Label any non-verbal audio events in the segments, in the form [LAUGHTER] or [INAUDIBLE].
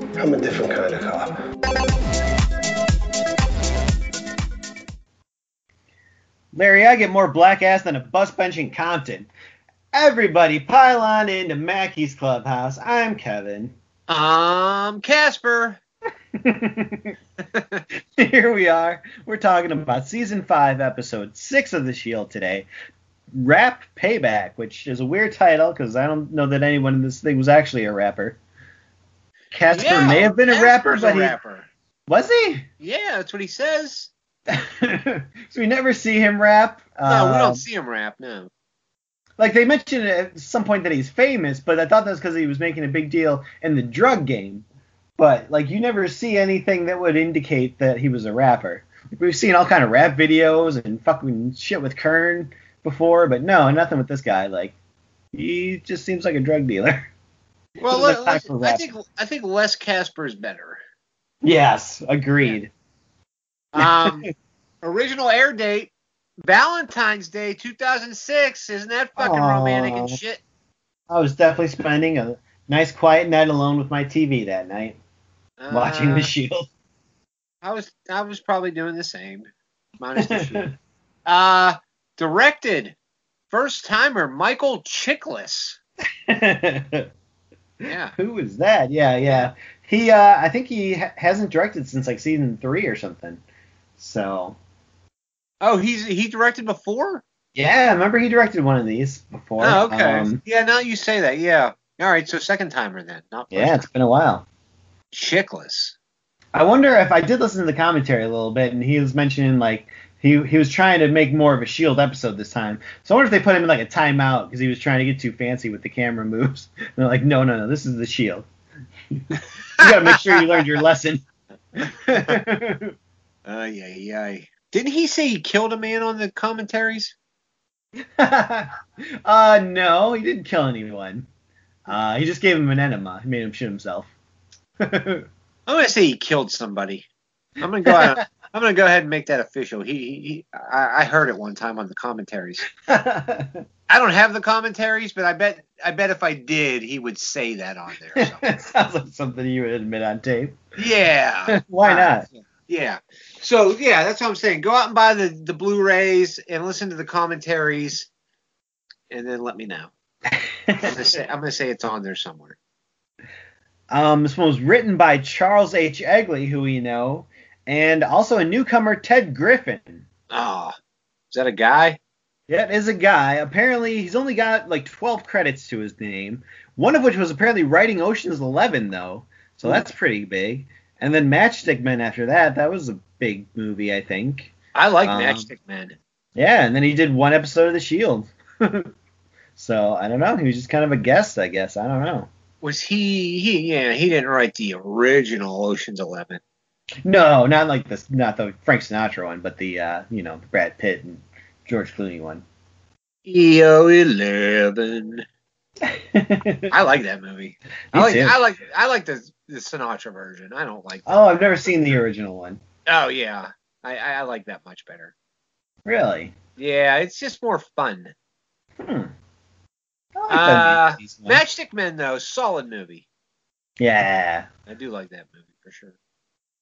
some kind of cop. Larry, I get more black ass than a bus bench in Compton. Everybody pile on into Mackey's Clubhouse. I'm [LAUGHS] Kevin. Um, Casper. Here we are. We're talking about season five, episode six of The Shield today. Rap Payback, which is a weird title because I don't know that anyone in this thing was actually a rapper. Casper Yeah, may have been a rapper, Casper's but a he rapper. was he? [LAUGHS] Yeah, that's what he says. so we never see him rap. No, we Um, don't see him rap. No. like they mentioned at some point that he's famous, but I thought that's because he was making a big deal in the drug game. But like you never see anything that would indicate that he was a rapper. We've seen all kind of rap videos and fucking shit with Kern before, but no, nothing with this guy. Like he just seems like a drug dealer. [LAUGHS] Well, This is a let- let's- Casper I rap. think I think less Casper [LAUGHS] is better. Yes, agreed. Um, original air date Valentine's Day 2006. Isn't that fucking Aw. romantic and shit? I was definitely spending a nice quiet night alone with my TV that night, watching Uh, The Shield. I was I was probably doing the same. Minus [LAUGHS] the shit. Uh, directed first timer Michael Chiklis. [LAUGHS] Yeah. Who is that? Yeah, yeah. He, uh, I think he ha- hasn't directed since like season three or something. So Oh, he's he directed before. yeah, I remember he directed one of these before. Oh, okay. Um, yeah, now you say that. Yeah. All right, so second timer then, not first. yeah, it's been a while. Chickless. I wonder if I did listen to the commentary a little bit, and he was mentioning like he he was trying to make more of a Shield E episode this time. So I wonder if they put him in like a timeout because he was trying to get too fancy with the camera [LAUGHS] moves. And they're like, no, no, no, this is the Shield. E [LAUGHS] you gotta make sure you learned your [LAUGHS] lesson. Ay, ay, ay. Didn't he say he killed a man on the commentaries? [LAUGHS] uh, no, he didn't kill anyone. Uh, he just gave him an enema. He made him shoot himself. [LAUGHS] I'm gonna say he killed somebody. I'm gonna go out. [LAUGHS] I'm gonna go ahead and make that official. He, he, he I, I heard it one time on the commentaries. I don't have the commentaries, but I bet, I bet if I did, he would say that on there. or [LAUGHS] something. Sounds like something you would admit on tape. yeah. Why Ah. not? Uh, Yeah. So yeah, that's what I'm saying. Go out and buy the the Blu-rays and listen to the commentaries, and then let me know. I'm [LAUGHS] gonna say I'm gonna say it's on there somewhere. um, this one was written by Charles H. Egley, who we know, and also a newcomer, Ted Griffin. Oh, is that a guy? Yeah, it is a guy. Apparently, he's only got like 12 credits to his name, one of which was apparently writing Ocean's Eleven, though. So that's pretty big. And then Matchstick Men after that. That was a big movie, I think. I like Um, Matchstick Man. Yeah, and then he did one episode of The Shield. [LAUGHS] so I don't know. He was just kind of a guest, I guess. I don't know. Was he? He yeah. He didn't write the original Ocean's Eleven. No, not like this, not the Frank Sinatra one, but the uh, you know, the Brad Pitt and George Clooney one. [LAUGHS] EO E Eleven. I like that movie. I Me like too. I like I like the the Sinatra version. I don't like. oh, I've never seen the original one. Oh yeah, I I I like that much better. Really? Yeah, it's just more fun. Hmm. I like Uh, that Macy's one. Matchstick Men, though, solid movie. Yeah. I do like that movie for sure.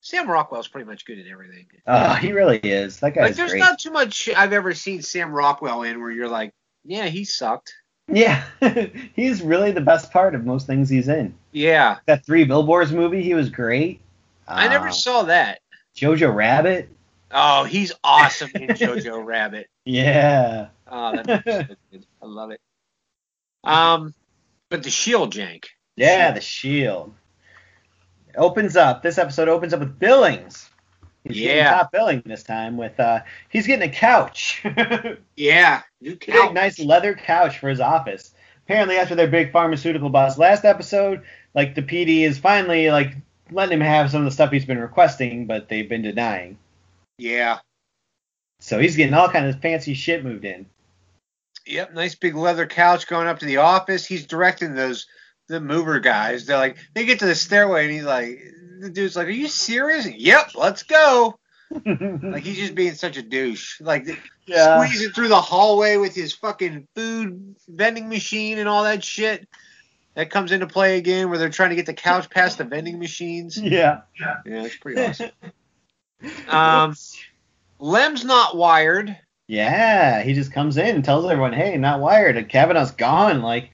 Sam Rockwell's pretty much good in everything. Oh, he really is. That Like, guy's there's great. not too much I've ever seen Sam Rockwell in where you're like, yeah, he sucked. [LAUGHS] Yeah, [LAUGHS] he's really the best part of most things he's in. Yeah, That Three Billboards movie, he was great. I never Uh, saw that. Jojo Rabbit. Oh, he's awesome [LAUGHS] in Jojo Rabbit. Yeah. Oh, that [LAUGHS] movie's so good. I love it. Um, but the Shield Jank. Yeah, the shield. It opens up. This episode opens up with Billings. He's getting Yeah. top billing this time with uh he's getting a couch. [LAUGHS] Yeah, new Big nice leather couch for his office. Apparently after their big pharmaceutical boss last episode, like the PD is finally like letting him have some of the stuff he's been requesting, but they've been denying. Yeah. So he's getting all kind of fancy shit moved in. Yep, nice big leather couch going up to the office. He's directing those the mover guys. They're like they get to the stairway and he's like the dude's like, Are you serious? Yep, let's go. Like he's just being such a douche. Like [LAUGHS] yeah. squeezing through the hallway with his fucking food vending machine and all that shit. that comes into play again where they're trying to get the couch past the vending machines. Yeah. Yeah, it's pretty [LAUGHS] awesome. Um, Lem's not wired. Yeah, he just comes in and tells everyone, "Hey, not wired. And Kavanaugh's gone." Like,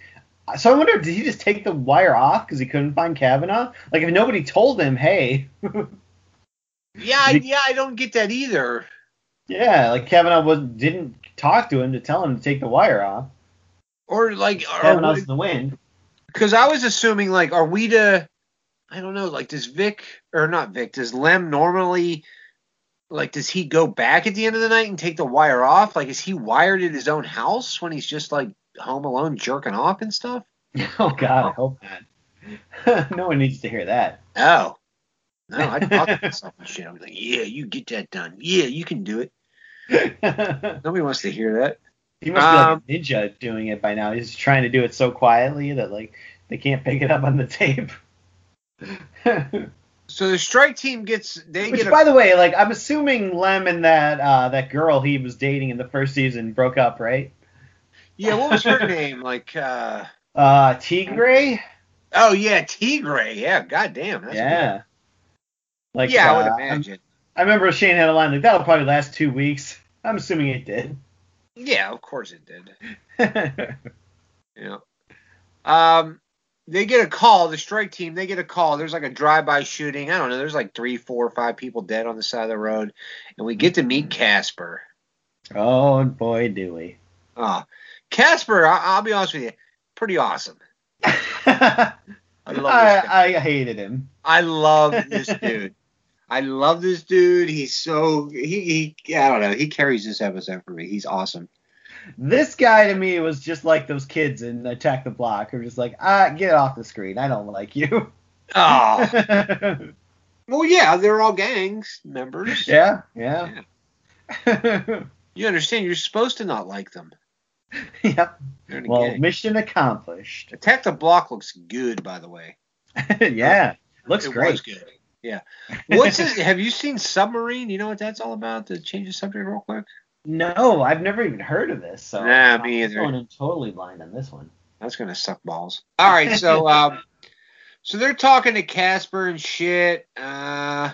so I wonder, did he just take the wire off because he couldn't find Kavanaugh? Like, if nobody told him, "Hey," Yeah, I, yeah, I don't get that either. yeah, like Kavanaugh was didn't talk to him to tell him to take the wire off. Or like, Kavanaugh's in the wind. because I was assuming like, are we to? I don't know. Like, does Vic or not Vic? Does Lem normally? Like, does he go back at the end of the night and take the wire off? Like, is he wired at his own house when he's just like home alone jerking off and stuff? [LAUGHS] Oh God, I hope not. [LAUGHS] no one needs to hear that. [LAUGHS] Oh. No, I'd talk to myself and shit. I'd be like, yeah, you get that done. Yeah, you can do it. Nobody wants to hear that. He must be like Um, a ninja doing it by now. He's trying to do it so quietly that like they can't pick it up on the tape. [LAUGHS] So the strike team gets they Which, get a, by the way, like I'm assuming Lem and that uh, that girl he was dating in the first season broke up, right? yeah. What was [LAUGHS] her name? Like uh Uh, Tigray. oh yeah, Tigray. Yeah, goddamn. That's Yeah. Good. Like yeah, I uh, would imagine. I remember Shane had a line like that'll probably last two weeks. I'm assuming it did. Yeah, of course it did. [LAUGHS] Yeah. Um, they get a call. The strike team they get a call. There's like a drive-by shooting. I don't know. There's like three, four, five people dead on the side of the road, and we get to meet Casper. oh boy, do we. Ah, Casper. I- I'll be honest with you, pretty awesome. I, [LAUGHS] I love this guy. I, hated him. I love this [LAUGHS] dude. I love this dude. He's so he, he I don't know. He carries this episode for me. He's awesome. This guy to me was just like those kids in Attack the Block who are just like, ah, get off the screen. I don't like [LAUGHS] you. Ah. Oh well, yeah, they're all gangs members. yeah, yeah. You understand? You're supposed to not like them. [LAUGHS] yep. They're in a Well, gang. mission accomplished. [LAUGHS] Attack the Block looks good, by the way. yeah, looks It great. was good. Yeah. What's this, have you seen Submarine? You know what that's all about? To change the subject real quick. No, I've never even heard of this. So Nah, me I'm either. going in totally blind on this one. That's gonna suck balls. All right, [LAUGHS] so um, so they're talking to Casper and shit. Uh,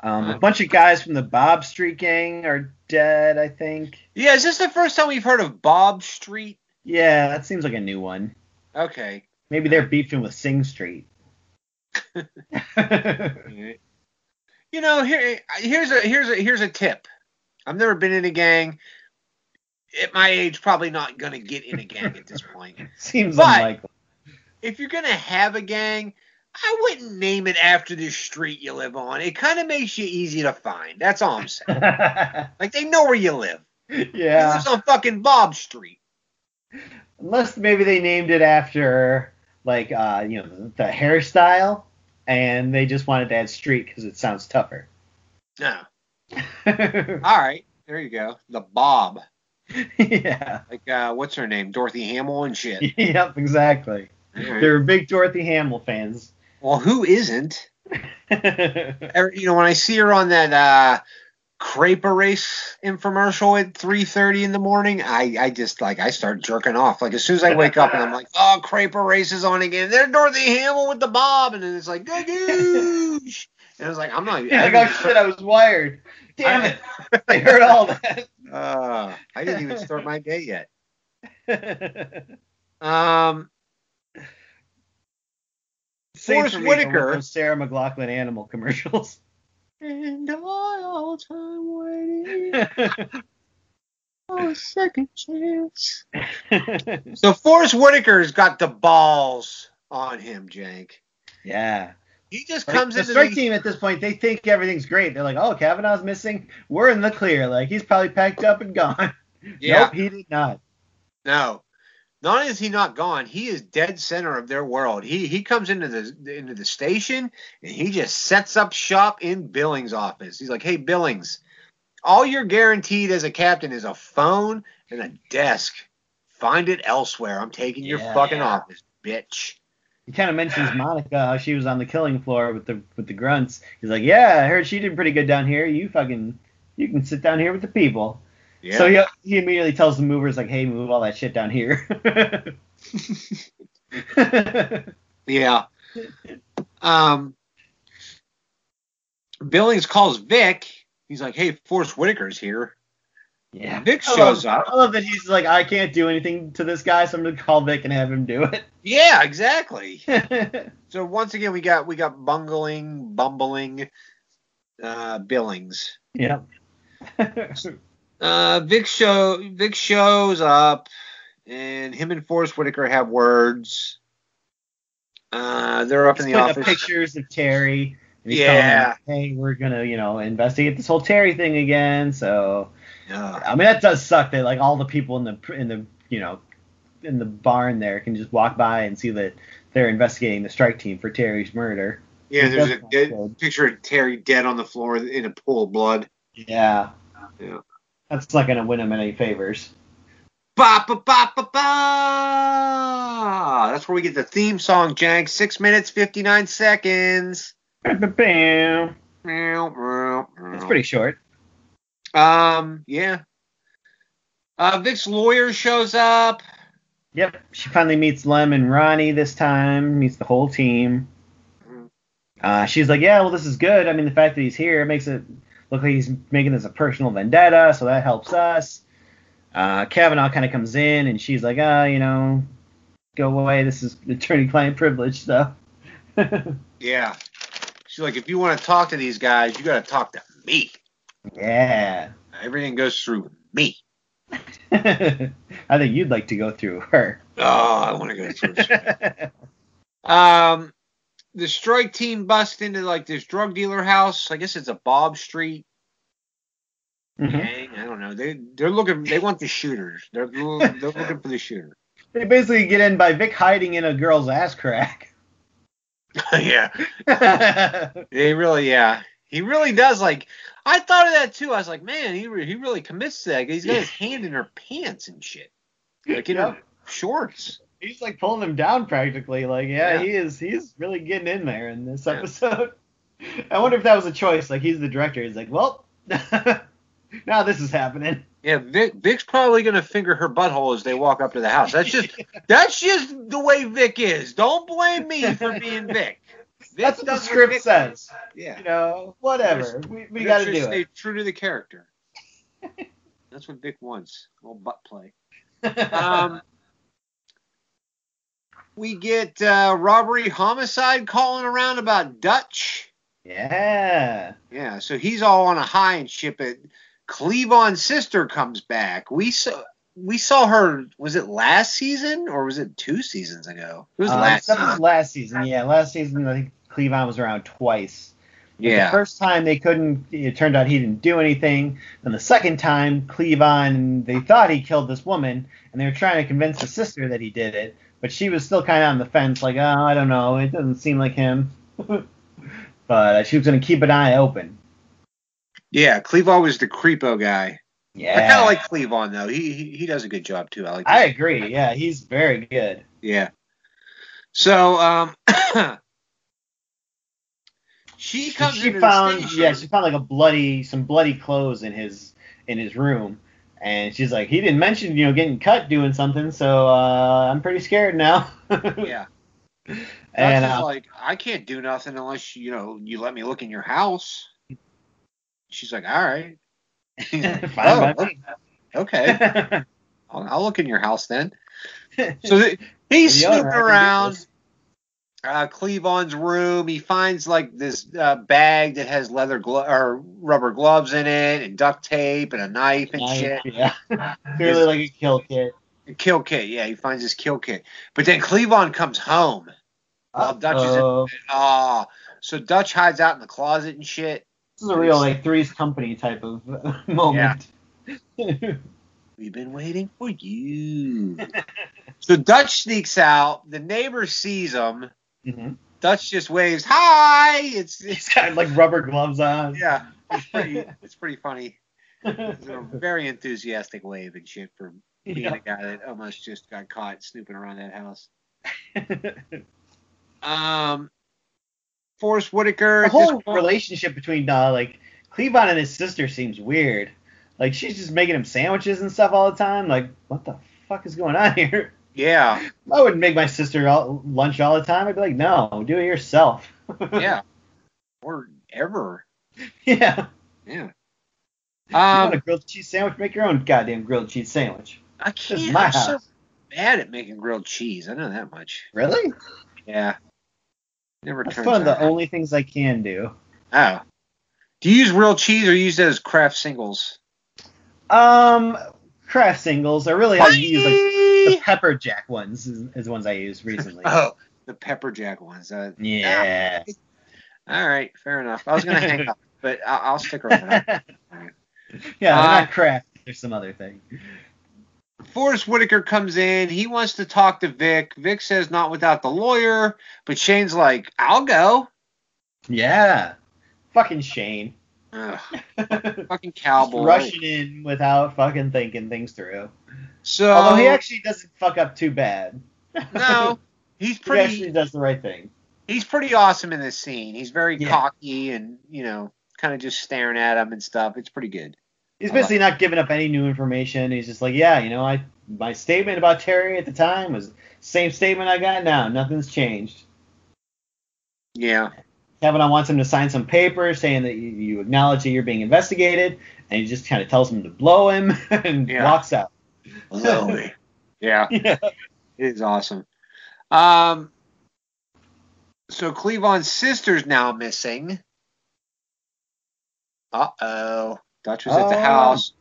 Um, a bunch of guys from the Bob Street gang are dead, I think. yeah, is this the first time we've heard of Bob Street? Yeah, that seems like a new one. Okay. Maybe they're beefing with Sing Street. [LAUGHS] You know, here here's a here's a here's a tip. I've never been in a gang. At my age, probably not gonna get in a gang at this point. seems But- unlikely. if you're gonna have a gang, I wouldn't name it after the street you live on. It kind of makes you easy to find. That's all I'm saying. Like they know where you live. He [LAUGHS] yeah, lives on fucking Bob Street. unless maybe they named it after like uh, you know the, the hairstyle, and they just wanted to add street because it sounds tougher. [LAUGHS] No. All right. There you go. The Bob. yeah. Like uh, what's her name? Dorothy Hamill [LAUGHS] and shit. Yep, exactly. All right. They were big Dorothy Hamill fans. [LAUGHS] Well, who isn't? yeah, Er, You know, when I see her on that uh crepe race infomercial at 3:30 in the morning, I I just like I start jerking off. Like as soon as I wake up and I'm like, oh, crepe race is on again. There's Dorothy Hamill with the bob, and then it's like, [LAUGHS] "Gagoosh." and I was like, I'm not. like, oh shit, I was wired. Damn it. [LAUGHS] I heard all that. [LAUGHS] Uh, I didn't even start my day yet. Um, Saves Forrest for me from Whitaker. those Sarah McLaughlin animal commercials. and all time waiting for a second chance. So Forrest Whitaker's got the balls on him, Jank. yeah. He just Like, comes the into strike the, team at this point, they think everything's great. They're like, oh, Kavanaugh's missing. We're in the clear. Like, he's probably packed up and gone. [LAUGHS] Yeah, Nope, he did not. no. Not only is he not gone, he is dead center of their world. He he comes into the into the station and he just sets up shop in Billings' office. He's like, "Hey Billings, all you're guaranteed as a captain is a phone and a desk. Find it elsewhere. I'm taking your Yeah. fucking office, bitch." He kind of mentions Monica, how she was on the killing floor with the with the grunts. He's like, yeah, I heard she did pretty good down here. You fucking, you can sit down here with the people. [LAUGHS] So he, he immediately tells the movers like, hey, move all that shit down here. Yeah. Um, Billings calls Vic. He's like, "Hey, Force Whitaker's here." yeah. Vic I love- shows up. I love that he's like, I can't do anything to this guy, so I'm gonna call Vic and have him do [LAUGHS] Yeah, exactly. it. So once again, we got we got bungling, bumbling uh, Billings. yep. Uh, Vic show Vic shows up, and him and Forrest Whitaker have words. Uh, they're up in the putting up office. pictures of Terry. And he's Yeah. telling him, hey, we're gonna, you know, investigate this whole Terry thing again. So Uh, I mean, that does suck that like all the people in the in the you know in the barn there can just walk by and see that they're investigating the strike team for Terry's murder. yeah, there's a That's not dead, good. picture of Terry dead on the floor in a pool of blood. Yeah, Yeah. that's not gonna win him any favors. [LAUGHS] Ba ba ba ba ba. That's where we get the theme song, Jank. Six minutes fifty nine seconds. Bam. That's It's pretty short. Um, yeah. Uh, Vic's lawyer shows up. Yep. She finally meets Lem and Ronnie this time. Meets the whole team. Uh, she's like, yeah, well, this is good. I mean, the fact that he's here makes it look like he's making this a personal vendetta, so that helps us. Uh, Kavanaugh kind of comes in, and she's like, ah, you know, go away. This is [LAUGHS] attorney-client privilege stuff. Yeah. She's like, if you want to talk to these guys, you got to talk to me. [LAUGHS] yeah. [LAUGHS] Everything goes through me. I think you'd like to go through her. Mm-hmm. Oh, I want to go through. [LAUGHS] um, the strike team busts into like this drug dealer house. I guess it's a Bob Street Mhm. gang. I don't know. They they're looking. They want the shooters. They're lo- they're looking for the shooter. They basically get in by Vic hiding in a girl's ass crack. [LAUGHS] yeah. He really, yeah. He really does. Like, I thought of that too. I was like, man, he re- he really commits to that. He's got his hand in her pants and shit, like in her Yep. shorts. He's like pulling him down practically. Like, yeah, Yeah. he is. He's really getting in there in this Yeah. episode. [LAUGHS] I wonder if that was a choice. Like, he's the director. He's like, well, [LAUGHS] now this is happening. Yeah, Vic, Vic's probably gonna finger her butthole as they walk up to the house. [LAUGHS] That's just that's just the way Vic is. Don't blame [LAUGHS] me for being Vic. Vic That's what the does script Vic says. does. Yeah, You know, whatever. We, we got to Producers do stay it. true to [LAUGHS] the character. that's what Vic wants. A little butt play. [LAUGHS] Um, we get uh, robbery homicide calling around about Dutch. yeah. Yeah, so he's all on a high and shit. But Cleavon's sister comes back. We saw we saw her. Was it last season or was it two seasons ago? It was Um, last that was season. last season. Yeah, last season I think Cleavon was around twice. The Yeah, first time they couldn't. It turned out he didn't do anything. And the second time, Cleavon, they thought he killed this woman, and they were trying to convince the sister that he did it, but she was still kind of on the fence, like, oh, I don't know, it doesn't seem like him. [LAUGHS] but uh, she was gonna keep an eye open. yeah. Cleavon was the creepo guy. Yeah. I kind of like Cleavon though. He, he he does a good job too. I like. I him. agree. Yeah, he's very good. Yeah. So um, [COUGHS] she comes. she into found the station. yeah she found like a bloody some bloody clothes in his in his room and she's like he didn't mention you know getting cut doing something so uh, i'm pretty scared now [LAUGHS] yeah. and Dutch is uh, like, I can't do nothing unless you know you let me look in your house. She's like, all right, [LAUGHS] fine by me. [LAUGHS] okay, I'll, I'll look in your house then. So The th- he's snooping owner, I can do around this. uh, Cleavon's room. He finds like this uh, bag that has leather glo- or rubber gloves in it, and duct tape, and a knife and shit. Nice, [LAUGHS] yeah clearly like a kill kit A kill kit, yeah, he finds his kill kit. But then Cleavon comes home. Oh, Well, Dutch is in- Uh-oh. Ah, so Dutch hides out in the closet and shit. this is a real like three's company type of [LAUGHS] moment [LAUGHS] We've been waiting for you. so Dutch sneaks out. The neighbor sees him. Mhm. Dutch just waves, "Hi!" It's, it's He's got like rubber gloves on. [LAUGHS] yeah, it's pretty, it's pretty funny. It's a very enthusiastic wave and shit for being Yeah. a guy that almost just got caught snooping around [LAUGHS] that house. Um, Forrest Whitaker. the at this whole point- relationship between uh, like Cleavon and his sister seems weird. Like she's just making him sandwiches and stuff all the time. Like what the fuck is going on here? [LAUGHS] Yeah. I wouldn't make my sister all, lunch all the time. I'd be like, no, do it yourself. Yeah. or ever. yeah. Yeah. you want a Um, grilled cheese sandwich? Make your own goddamn grilled cheese sandwich. I is can't. my I'm so house. bad at making grilled cheese. I know that much. Really? Yeah. Never That's turns one of the out. only things I can do. Oh. Do you use real cheese or you use it as craft singles? Um, craft singles. I really I use like the Bye! pepper jack ones is, is the ones I used recently. [LAUGHS] Oh, the pepper jack ones. Uh, Yeah. all right, fair enough. I was gonna hang [LAUGHS] up, but I- I'll stick around. yeah, they're Uh, not craft. There's some other thing. Forrest Whitaker comes in. He wants to talk to Vic. Vic says not without the lawyer, but Shane's like, I'll go. Yeah. Fucking Shane. [LAUGHS] Ugh, Just fucking cowboy. rushing in without fucking thinking things through. So Although he actually doesn't fuck up too bad. [LAUGHS] no, he's he pretty. actually does the right thing. he's pretty awesome in this scene. He's very Yeah. cocky and you know, kind of just staring at him and stuff. It's pretty good. He's I like- basically not giving up any new information. He's just like, yeah, you know, I my statement about Terry at the time was same statement I got now. Nothing's changed. Yeah. Kavanaugh wants him to sign some paper saying that you, you acknowledge that you're being investigated, and he just kind of tells him to blow him [LAUGHS] and Yeah. walks out. Lovely. [LAUGHS] yeah, Yeah. it is awesome. Um. So Cleavon's sister's now missing. Uh oh. Dutch was at the Oh. house.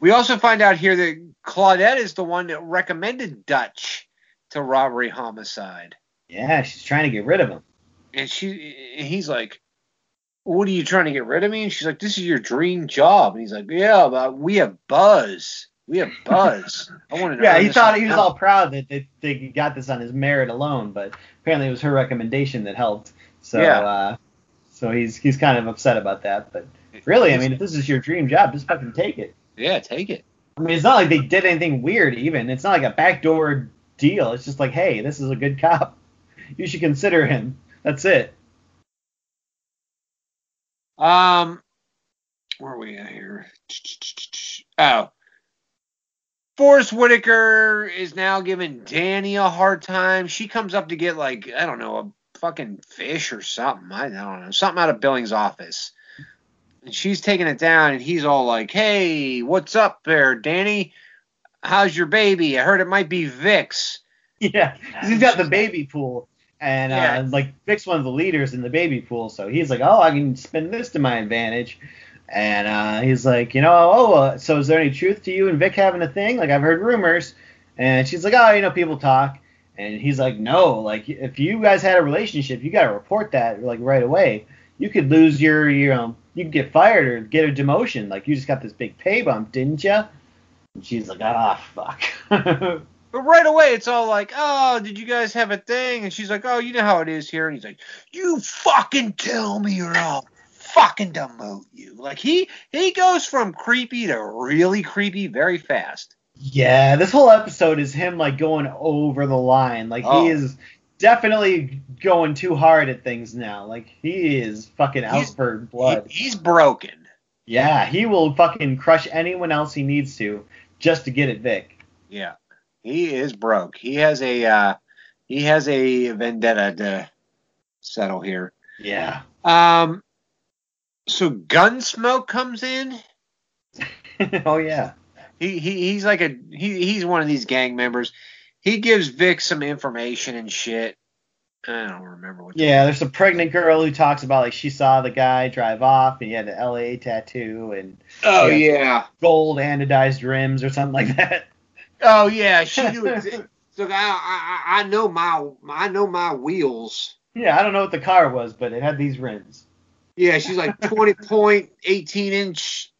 We also find out here that Claudette is the one that recommended Dutch to robbery homicide. Yeah, she's trying to get rid of him. and she and he's like what are you trying to get rid of me and she's like this is your dream job and he's like yeah but we have buzz we have buzz i want [LAUGHS] to Yeah, he thought he was all proud that they, they got this on his merit alone, but apparently it was her recommendation that helped. So Yeah. uh, so he's he's kind of upset about that. But really, I mean, if this is your dream job, just fucking take it. yeah take it I mean, it's not like they did anything weird even. It's not like a backdoor deal. It's just like, hey, this is a good cop. You should consider him. That's it. um where are we at here oh Forrest Whitaker is now giving Danny a hard time. She comes up to get like I don't know a fucking fish or something. I don't know something out of Billing's office, and she's taking it down. And he's all like, "Hey, what's up there, Danny? How's your baby? I heard it might be Vic's." [LAUGHS] Yeah, 'cause he's got the baby pool, and Yeah. uh, like Vic's one of the leaders in the baby pool, so he's like, oh, I can spin this to my advantage, and uh, he's like, you know, oh, uh, so is there any truth to you and Vic having a thing? Like I've heard rumors, and she's like, oh, you know, people talk, and he's like, no, like if you guys had a relationship, you gotta report that like right away. You could lose your, you know, you could get fired or get a demotion. Like you just got this big pay bump, didn't you? And she's like, ah, fuck. [LAUGHS] But right away, it's all like, "Oh, did you guys have a thing?" And she's like, "Oh, you know how it is here." And he's like, "You fucking tell me, or I'll fucking demote you." Like he he goes from creepy to really creepy very fast. Yeah, this whole episode is him like going over the line. Like Oh. he is definitely going too hard at things now. Like he is fucking out He's- for He, blood. he's broken. yeah, he will fucking crush anyone else he needs to just to get at Vic. Yeah, he is broke. He has a uh, he has a vendetta to settle here. Yeah. [LAUGHS] Um, so Gunsmoke comes in. oh yeah. He, he he's like a he he's one of these gang members. He gives Vic some information and shit. I don't remember what. the- Yeah, there's a pregnant girl who talks about like she saw the guy drive off and he had an LA tattoo and oh Yeah. yeah. gold anodized rims or something like that. [LAUGHS] Oh yeah. She [LAUGHS] knew. exa- Look, I, I I- I know my I know my wheels. Yeah, I don't know what the car was, but it had these rims. Yeah, she's [LAUGHS] like twenty point eighteen inch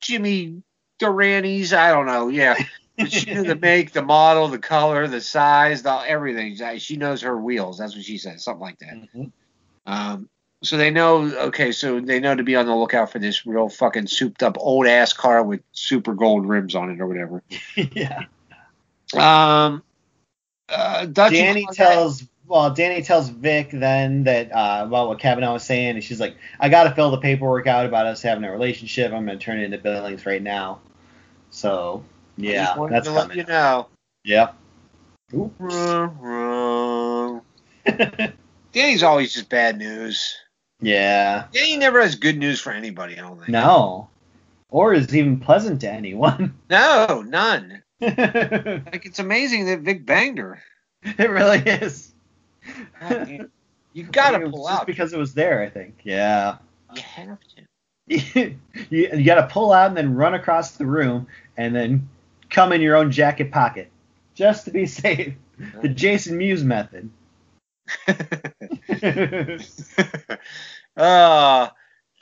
Jimmy Durantes. I don't know. Yeah, but [LAUGHS] she knew the make, the model, the color, the size, the everything. She knows her wheels. That's what she said. Something like that. Mhm. Um, so they know, okay, so they know to be on the lookout for this real fucking souped up old ass car with super gold rims on it or whatever. yeah. Um, uh, Dutch and Danny Claudette- tells well, Danny tells Vic then that uh, about what Kavanaugh was saying, and she's like, "I got to fill the paperwork out about us having a relationship. I'm gonna turn it into Billings right now." So I just yeah, wanted that's to let coming. you know. Yep. Ruh, ruh. Danny's always just bad news. [LAUGHS] yeah. Danny never has good news for anybody, I don't think. No. Or is even pleasant to anyone. [LAUGHS] No, none. it Like, it's amazing that Vic banged her. really is. God damn. You I think gotta [LAUGHS] it was pull just out. because it was there, I think. Yeah. You have to. you, you got to pull out and then run across the room and then come in your own jacket pocket just to be [LAUGHS] safe. The Jason Mewes method. [LAUGHS] uh,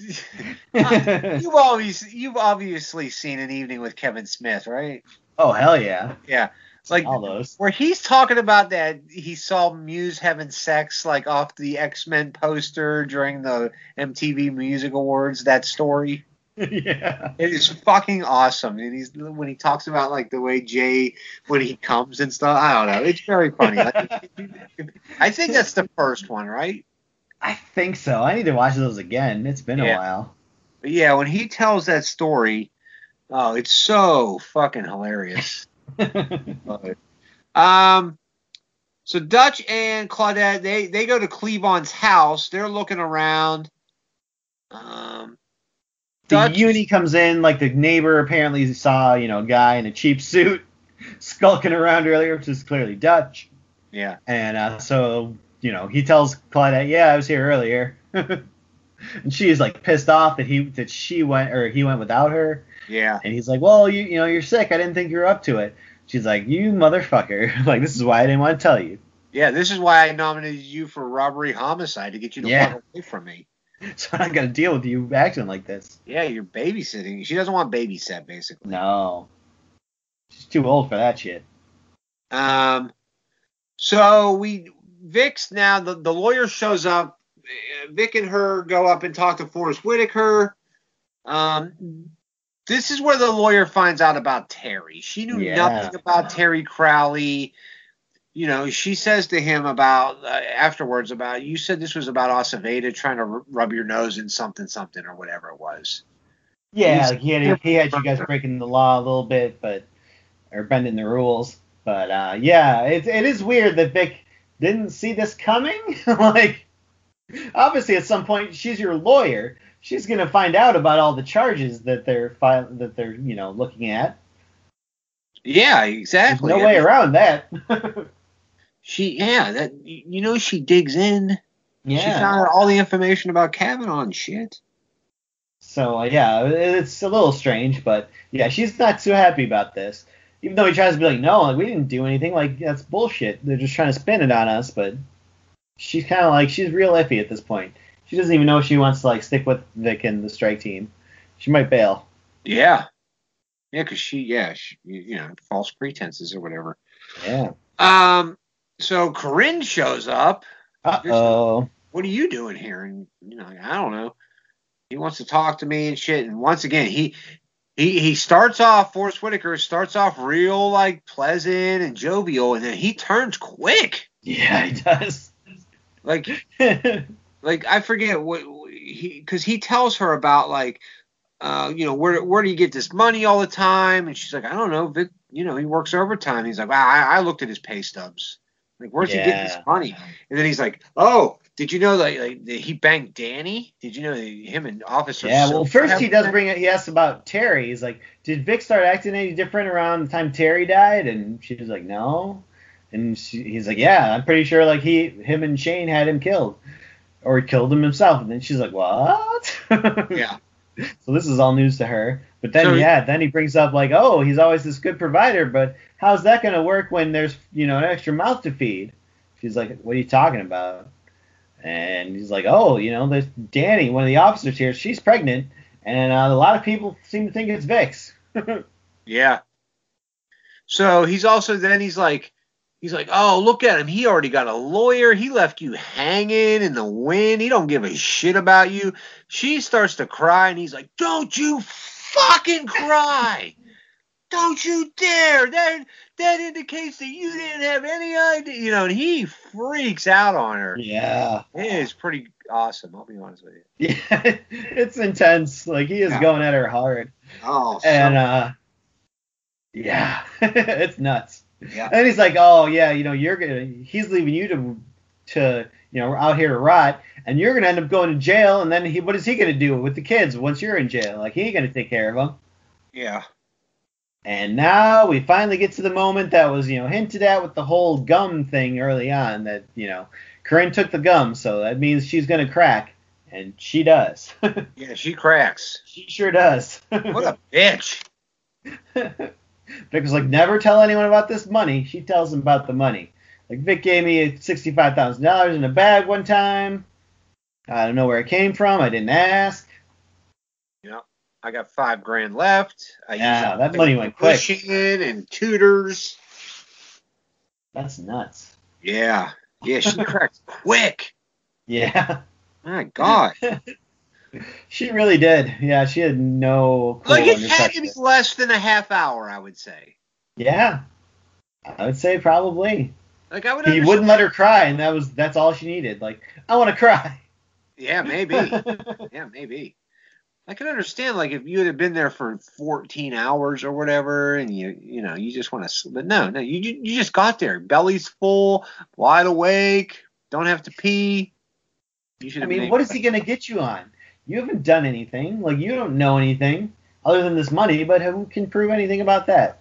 [LAUGHS] you've always you've obviously seen an evening with Kevin Smith, right? [LAUGHS] oh hell yeah! Yeah, like All those. where he's talking about that he saw Muse having sex like off the X Men poster during the MTV Music Awards. That story. [LAUGHS] yeah. It is fucking awesome. And he's when he talks about like the way Jay when he comes and stuff. I don't know. It's very funny. [LAUGHS] Like, I think that's the first one, right? I think so. I need to watch those again. It's been Yeah. a while. [LAUGHS] But yeah, when he tells that story, oh, it's so fucking hilarious. Love it. Um, so Dutch and Claudette, they they go to Cleavon's house. They're looking around. Um, the Dutch- uni comes in like the neighbor apparently saw you know a guy in a cheap suit [LAUGHS] skulking around earlier, which is clearly Dutch. yeah, And uh, so, you know, he tells Claudette, "Yeah, I was here earlier," [LAUGHS] and she's like pissed off that he that she went or he went without her. yeah, And he's like, "Well, you you know, you're sick. I didn't think you were up to it." She's like, "You motherfucker! [LAUGHS] like this is why I didn't want to tell you." [LAUGHS] yeah. This is why I nominated you for robbery homicide to get you to Yeah. walk away from me. So I'm not gonna deal with you acting like this. Yeah, you're babysitting. She doesn't want babysat basically. No, she's too old for that shit. Um, so we Vic's now the, the lawyer shows up. Uh, Vic and her go up and talk to Forrest Whitaker. Um, this is where the lawyer finds out about Terry. She knew Yeah. nothing about Terry Crowley. You know, she says to him about uh, afterwards about you said this was about Aceveda trying to r- rub your nose in something something or whatever it was. Yeah, He's- like he had he had you guys breaking the law a little bit, but or bending the rules. But uh, yeah, it it is weird that Vic didn't see this coming. [LAUGHS] like, obviously, at some point, she's your lawyer. She's gonna find out about all the charges that they're fi- that they're you know looking at. Yeah, There's exactly. no way around that. [LAUGHS] She yeah that y- you know she digs in. She yeah. found out all the information about Kavanaugh and shit. So uh, yeah, it- it's a little strange, but yeah, she's not too happy about this. Even though he tries to be like, no, like we didn't do anything, like that's bullshit. They're just trying to spin it on us, but she's kind of like she's real iffy at this point. She doesn't even know if she wants to like stick with Vic and the strike team. She might bail. Yeah. Yeah, 'cause she, yeah, she, you you know, false pretenses or whatever. Yeah. Um, so Corinne shows up. Uh oh. What are you doing here? And you know, I don't know. He wants to talk to me and shit. And once again, he he he starts off. Forrest Whitaker starts off real like pleasant and jovial, and then he turns quick. Yeah, he does. [LAUGHS] Like like I forget what what he because he tells her about like uh you know where where do you get this money all the time and she's like I don't know Vic you know he works overtime he's like "Well, I I looked at his pay stubs like where's he getting Yeah. this money and then he's like oh did you know that like, that he banged Danny did you know that him and Officer yeah. Well, Silver first he have- does bring it. He asks about Terry. He's like, did Vic start acting any different around the time Terry died? And she was like, no. And she, he's like, yeah, I'm pretty sure like he, him and Shane had him killed, or he killed him himself. And then she's like, what? [LAUGHS] yeah So this is all news to her. But then So- yeah, then he brings up like, oh, he's always this good provider, but how's that gonna work when there's you know an extra mouth to feed? She's like, what are you talking about? And he's like, oh, you know, there's Danny, one of the officers here. She's pregnant, and uh, a lot of people seem to think it's Vix. yeah so he's also then he's like he's like oh look at him he already got a lawyer he left you hanging in the wind he don't give a shit about you she starts to cry and he's like don't you fucking cry don't you dare that that indicates that you didn't have any idea you know and he freaks out on her Yeah. it is pretty awesome i'll be honest with you [LAUGHS] Yeah, [LAUGHS] it's intense. Like he is Yeah. going at her hard, oh and uh, yeah, uh, [LAUGHS] it's nuts. Yeah. And he's like, "Oh yeah, you know, you're gonna he's leaving you to to you know out here to rot, and you're gonna end up going to jail. And then he, what is he gonna do with the kids once you're in jail? Like he ain't gonna take care of them." Yeah. And now we finally get to the moment that was you know hinted at with the whole gum thing early on that you know Corinne took the gum, so that means she's gonna crack, and she does. [LAUGHS] Yeah, she cracks. she sure does. [LAUGHS] What a bitch. Vic was like, never tell anyone about this money. She tells him about the money. Like Vic gave me sixty-five thousand dollars in a bag one time. I don't know where it came from. I didn't ask. I got five grand left. I Yeah, used it that to money pay went for quick. tuition and tutors. That's nuts. Yeah. [LAUGHS] Yeah, she cracks quick. Yeah, [LAUGHS] My God. she really did. Yeah, she had no clue. Like when it it had touched to be her. less than a half hour, I would say. Yeah, I would say probably. Like I would. He understand- wouldn't let her cry, and that was that's all she needed. Like, I want to cry. Yeah, maybe. [LAUGHS] yeah, maybe. I can understand like if you had been there for 14 hours or whatever, and you you know you just want to, but no, no, you ju- you just got there, belly's full, wide awake, don't have to pee. You should. I have mean, been what able is he gonna get you on? You haven't done anything. Like you don't know anything other than this money. But who can prove anything about that?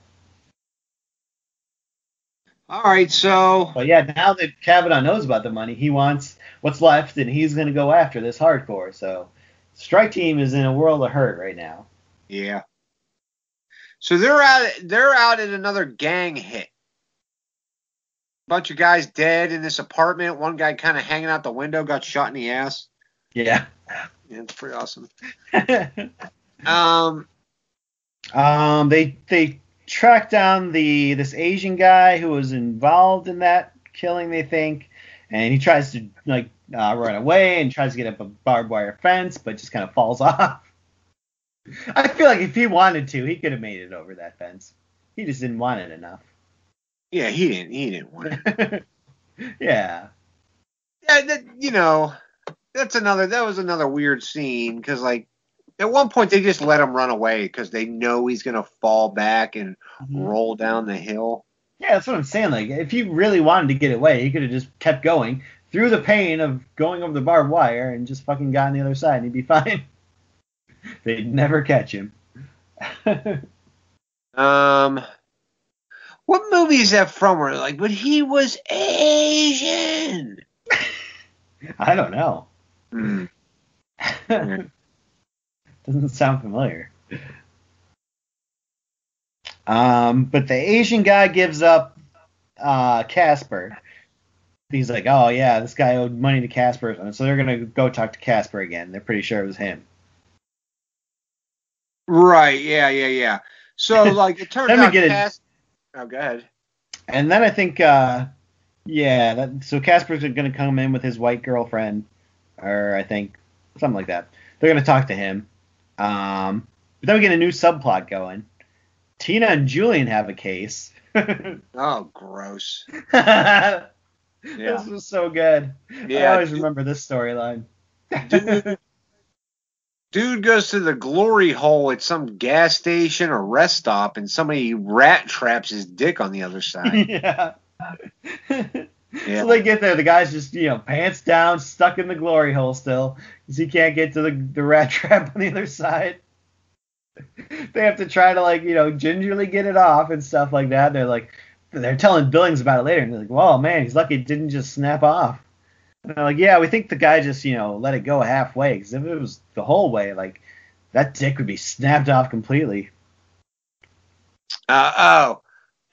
All right, so But yeah, now that Kavanaugh knows about the money, he wants what's left, and he's gonna go after this hardcore. So Strike Team is in a world of hurt right now. yeah. So they're out. They're out at another gang hit. Bunch of guys dead in this apartment. One guy kind of hanging out the window, got shot in the ass. Yeah. Yeah, it's pretty awesome. Um, um, they they tracked down the this Asian guy who was involved in that killing. They think, and he tries to like uh, run away and tries to get up a barbed wire fence, but just kind of falls [LAUGHS] off. I feel like if he wanted to, he could have made it over that fence. He just didn't want it enough. [LAUGHS] yeah, he didn't. He didn't want it. yeah. yeah, that, you know, that's another. That was another weird scene because like at one point they just let him run away because they know he's gonna fall back and Hmm. roll down the hill. Yeah, that's what I'm saying. Like, if he really wanted to get away, he could have just kept going through the pain of going over the barbed wire and just fucking got on the other side and he'd be [LAUGHS] fine. They'd never catch him. [LAUGHS] Um, what movie is that from? Where like, but he was Asian. I don't know. [LAUGHS] Hmm. Doesn't sound familiar. Um, but the Asian guy gives up uh, Casper. He's like, oh yeah, this guy owed money to Casper, and so they're gonna go talk to Casper again. They're pretty sure it was him. Right. Yeah. Yeah. Yeah. [LAUGHS] So like it turned Let me out. get it. Cas- oh, go ahead. And then I think, uh, yeah, that, so Casper's going to come in with his white girlfriend, or I think something like that. They're going to talk to him. Um, but then we get a new subplot going. Tina and Julian have a case. [LAUGHS] Oh, gross. Yeah. This was so good. I Yeah, always dude. remember this storyline. Dude. Dude goes to the glory hole at some gas station or rest stop, and somebody rat traps his dick on the [LAUGHS] other side. yeah. Yeah. So they get there, the guy's just you know pants down, stuck in the glory hole still, 'cause he can't get to the the rat [LAUGHS] trap on the other side. They have to try to like you know gingerly get it off and stuff like that. They're like they're telling Billings about it later, and they're like, "Well, man, he's lucky it didn't just snap off." And they're like, "Yeah, we think the guy just you know let it go halfway, because if it was the whole way, like that dick would be snapped off completely." Uh, oh,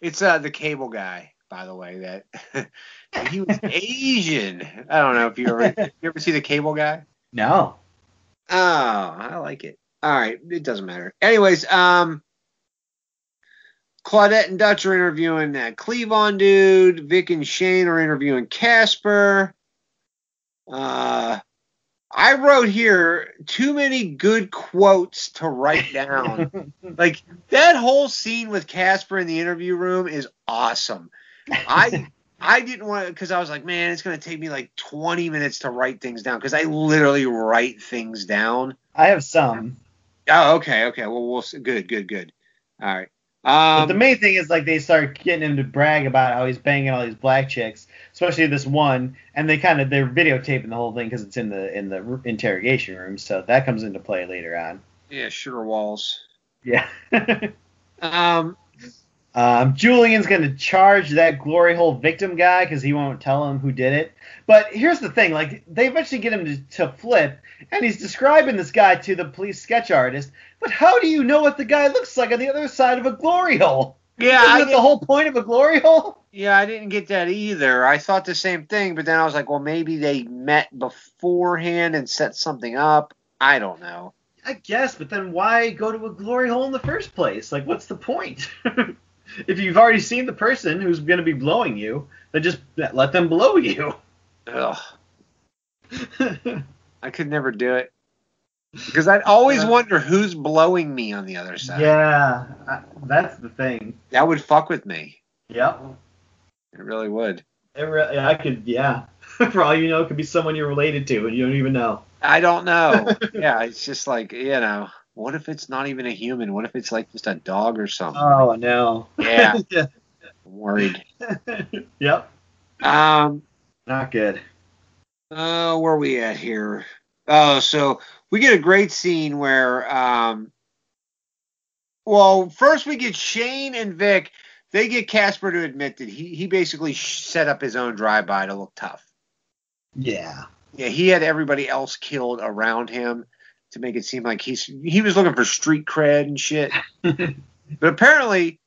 it's uh, the cable guy, by the way. That [LAUGHS] he was Asian. I don't know if [LAUGHS] you ever you ever see the cable guy. No. [LAUGHS] Oh, I like it. All right, it doesn't matter. Anyways, um, Claudette and Dutch are interviewing that Cleavon dude. Vic and Shane are interviewing Casper. Uh, I wrote here too many good quotes to [LAUGHS] write down. like that whole scene with Casper in the interview room is awesome. I I didn't want because I was like, man, it's gonna take me like 20 minutes to write things down because I literally write things down. I have some. Oh, okay, okay. Well, we'll s- good, good, good. All right. but the main thing is like they start getting him to brag about how he's banging all these black chicks, especially this one, and they kind of they're videotaping the whole thing because it's in the in the r- interrogation room, so that comes into play later on. yeah, sugar walls. Yeah. Um, [LAUGHS] Um, Julian's going to charge that glory hole victim guy because he won't tell him who did it. But here's the thing: like they eventually get him to, to flip, and he's describing this guy to the police sketch artist. But how do you know what the guy looks like on the other side of a glory hole? Isn't yeah, I that didn't- the whole point of a glory hole? Yeah, I didn't get that either. I thought the same thing, but then I was like, well, maybe they met beforehand and set something up. I don't know. I guess, but then why go to a glory hole in the first place? Like, what's the point? [LAUGHS] if you've already seen the person who's going to be blowing you, then just let them blow you. [LAUGHS] Ugh, I could never do it because I'd always Yeah. wonder who's blowing me on the other side. yeah, I, that's the thing. That would fuck with me. Yep. It really would. It re- I could, yeah. [LAUGHS] For all you know, it could be someone you're related to and you don't even know. I [LAUGHS] don't know. yeah, it's just like you know. What if it's not even a human? What if it's like just a dog or something? Oh, [LAUGHS] no. yeah, I'm worried. yep. Um, Not good. Uh, where are we at here? Oh, so we get a great scene where, um, well, first we get Shane and Vic. They get Casper to admit that he he basically sh- set up his own drive-by to look tough. Yeah. Yeah, he had everybody else killed around him to make it seem like he's he was looking for street cred and shit. but apparently,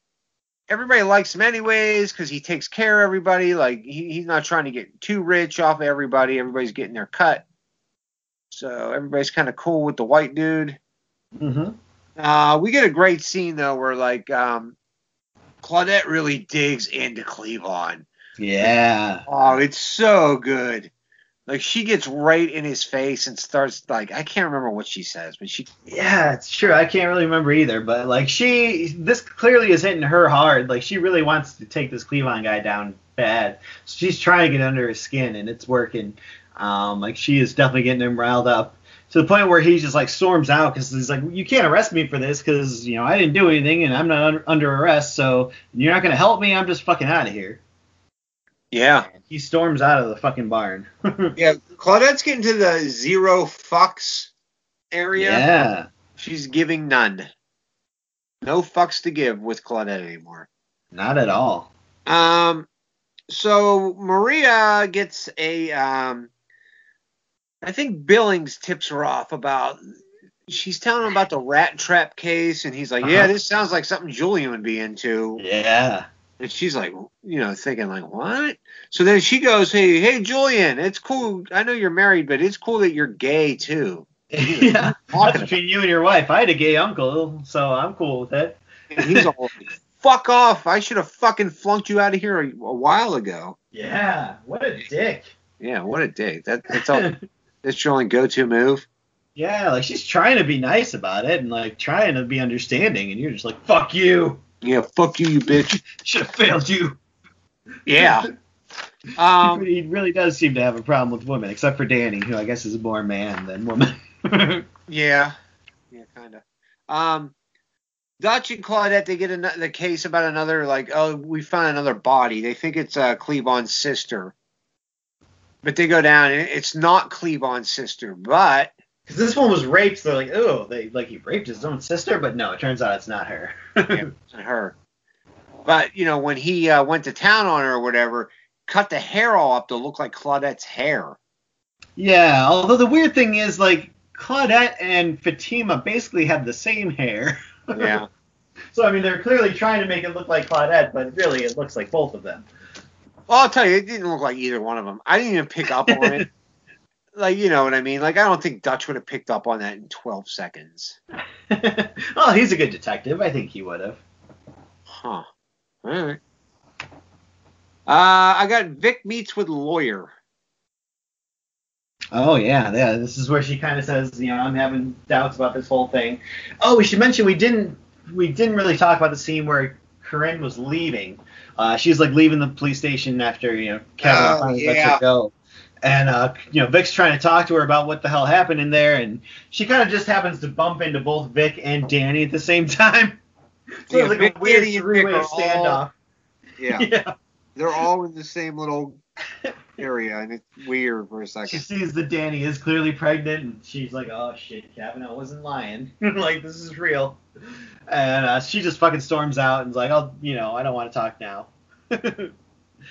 everybody likes him anyways because he takes care of everybody. Like he, he's not trying to get too rich off everybody. Everybody's getting their cut, so everybody's kind of cool with the white dude. [LAUGHS] Mm-hmm. Uh, we get a great scene though where like um, Claudette really digs into Cleavon. Yeah. Oh, it's so good. Like she gets right in his face and starts like I can't remember what she says, but she Yeah, it's true. I can't really remember either, but like she, this clearly is hitting her hard. Like she really wants to take this Cleavon guy down bad. So she's trying to get under his skin, and it's working. Um, like she is definitely getting him riled up to the point where he just like storms out because he's like, "You can't arrest me for this because you know I didn't do anything, and I'm not under, under arrest. So you're not gonna help me. I'm just fucking out of here." yeah He storms out of the fucking barn. [LAUGHS] yeah Claudette's getting to the zero fucks area. yeah. She's giving none, no fucks to give with Claudette anymore. Not at all. Um, so Maria gets a um, I think Billings tips her off about she's telling him about the rat trap case, and he's like, yeah, Uh-huh. this sounds like something Julian would be into. Yeah. And she's like, you know, thinking like, what? So then she goes, hey, hey, Julian, it's cool. I know you're married, but it's cool that you're gay too. yeah. That's Talking about. between you and your wife. I had a gay uncle, so I'm cool with it. And he's all, fuck off. I should have fucking flunked you out of here a, a while ago. Yeah, what a dick. Yeah, what a dick. That, that's all. that's your only go-to move. [LAUGHS] yeah, like she's trying to be nice about it and like trying to be understanding, and you're just like, fuck you. Yeah, fuck you, you bitch. Should have failed you. Yeah. Um, [LAUGHS] he really does seem to have a problem with women, except for Danny, who I guess is more man than woman. [LAUGHS] yeah. Yeah, kind of. Um, Dutch and Claudette, they get ano- the case about another, like, oh, we found another body. They think it's uh, Cleavon's sister. But they go down, and it's not Cleavon's sister, but Because this one was raped, so they're like, oh, they like he raped his own sister, but no, it turns out it's not her. [LAUGHS] and her. But you know, when he uh, went to town on her or whatever, cut the hair all up to look like Claudette's hair. Yeah, although the weird thing is like Claudette and Fatima basically have the same hair. Yeah. So I mean, they're clearly trying to make it look like Claudette, but really it looks like both of them. [LAUGHS] [LAUGHS] well, I'll tell you, it didn't look like either one of them. I didn't even pick up on [LAUGHS] it. Like you know what I mean? Like I don't think Dutch would have picked up on that in 12 seconds. oh, he's a good detective. I think he would have. Huh. All right. Uh, I got Vic meets with lawyer. Oh yeah, yeah. This is where she kind of says, you know, I'm having doubts about this whole thing. Oh, we should mention we didn't we didn't really talk about the scene where Corinne was leaving. Uh, she's like leaving the police station after you know Kevin Oh, finally lets yeah. her go. And uh, you know Vic's trying to talk to her about what the hell happened in there, and she kind of just happens to bump into both Vic and Danny at the same [LAUGHS] time. So it's like a Vic weird Diddy and three way Vic are standoff. all- [LAUGHS] [LAUGHS] Yeah. They're all in the same little area, and it's weird for a She second. sees that Danny is clearly pregnant, and she's like, "Oh shit, Kavanaugh wasn't lying. [LAUGHS] like this is real." And uh, she just fucking storms out and's like, "Oh, you know, I don't want to talk now." [LAUGHS]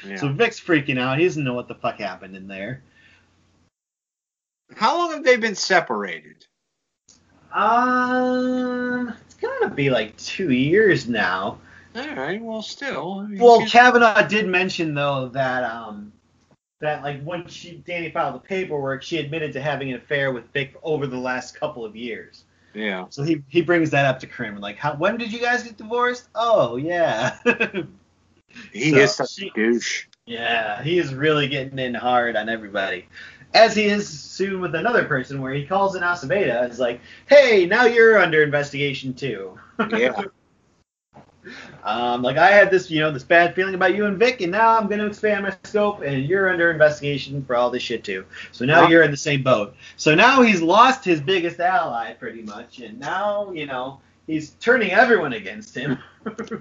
Yeah. So Vic's freaking out. He doesn't know what the fuck happened in there. How long have they been separated? Um, it's gotta be like two years now. All right. Well, still. I mean, Well, she's- Kavanaugh did mention though that um that like when she Danny filed the paperwork, she admitted to having an affair with Vic over the last couple of years. yeah. So he he brings that up to Kramer, like, how, when did you guys get divorced? Oh yeah, [LAUGHS] He So is such she- a douche. yeah. He is really getting in hard on everybody, as he is soon with another person where he calls in Aceveda and is like, hey, now you're under investigation too. [LAUGHS] Yeah. Um, like I had this, you know, this bad feeling about you and Vic, and now I'm going to expand my scope, and you're under investigation for all this shit too. So now Wow. you're in the same boat. So now he's lost his biggest ally, pretty much, and now you know he's turning everyone against him. Because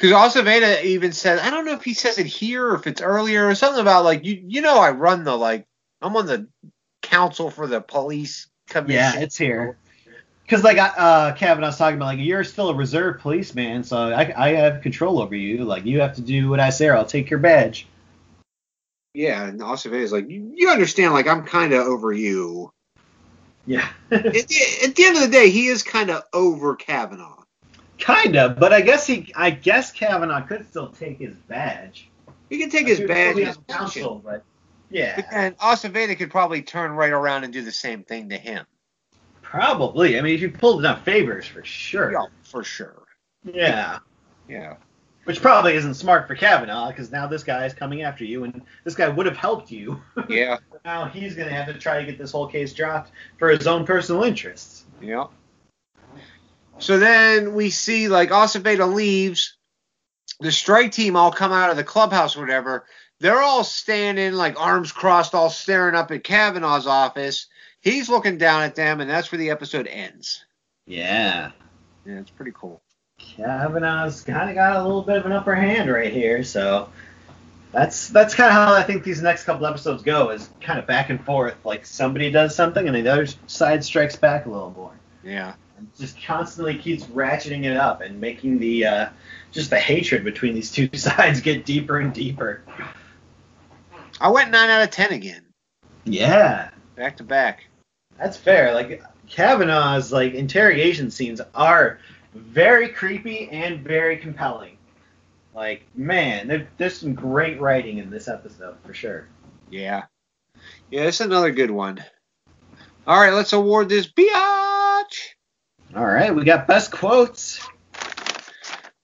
Aceveda even said, I don't know if he says it here or if it's earlier or something about like you. You know, I run the like I'm on the council for the police commission. Yeah, it's here. Because like uh, Kavanaugh's talking about, like you're still a reserve policeman, so I, I have control over you. Like you have to do what I say, or I'll take your badge. Yeah, and Acevedo's like, you, you understand, like I'm kind of over you. [LAUGHS] Yeah, at, the, at the end of the day, he is kind of over Kavanaugh. kind of. But I guess he, I guess Kavanaugh could still take his badge. He can take his He was badge probably and his on pension. council, but yeah, And Aceveda could probably turn right around and do the same thing to him. probably. I mean, if you pulled enough favors, for sure. Yeah, for sure. Yeah. Yeah. Which probably isn't smart for Kavanaugh, because now this guy is coming after you, and this guy would have helped you. Yeah. now he's going to have to try to get this whole case dropped for his own personal interests. Yeah. So then we see like Aceveda leaves. The strike team all come out of the clubhouse, or whatever. They're all standing like arms crossed, all staring up at Kavanaugh's office. He's looking down at them, and that's where the episode ends. Yeah. Yeah, it's pretty cool. Kavanaugh's kind of got a little bit of an upper hand right here, so that's that's kind of how I think these next couple episodes go is kind of back and forth. Like somebody does something, and the other side strikes back a little more. Yeah. and just constantly keeps ratcheting it up and making the uh, just the hatred between these two [LAUGHS] sides get deeper and deeper. I went nine out of ten again. Yeah, back to back. that's fair. Like Kavanaugh's like interrogation scenes are very creepy and very compelling. Like man, there, there's some great writing in this episode for sure. Yeah. Yeah, it's another good one. All right, let's award this biatch. All right, we got best quotes.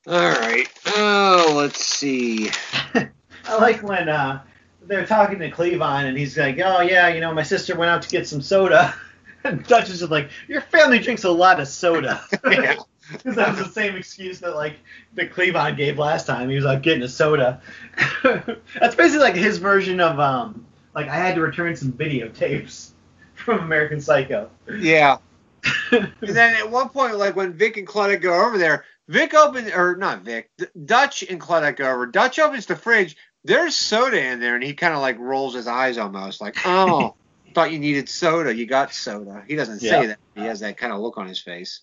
All right. Oh, let's see. I like when uh, they're talking to Cleavon and he's like, "Oh yeah, you know, my sister went out to get some soda." [LAUGHS] And Dutch is just like, "Your family drinks a lot of soda." [LAUGHS] [LAUGHS] Yeah. Because that was the same excuse that like the Cleavon gave last time. He was like getting a soda. [LAUGHS] That's basically like his version of um, like I had to return some videotapes [LAUGHS] from American [LAUGHS] Psycho. [LAUGHS] Yeah. And then at one point, like when Vic and Clutton go over there, Vic opens, or not Vic, D- Dutch and Clutton go over. Dutch opens the fridge. There's soda in there, and he kind of like rolls his eyes almost, like, oh, thought you needed soda. You got soda. He doesn't say Yeah. that. He has that kind of look on his face.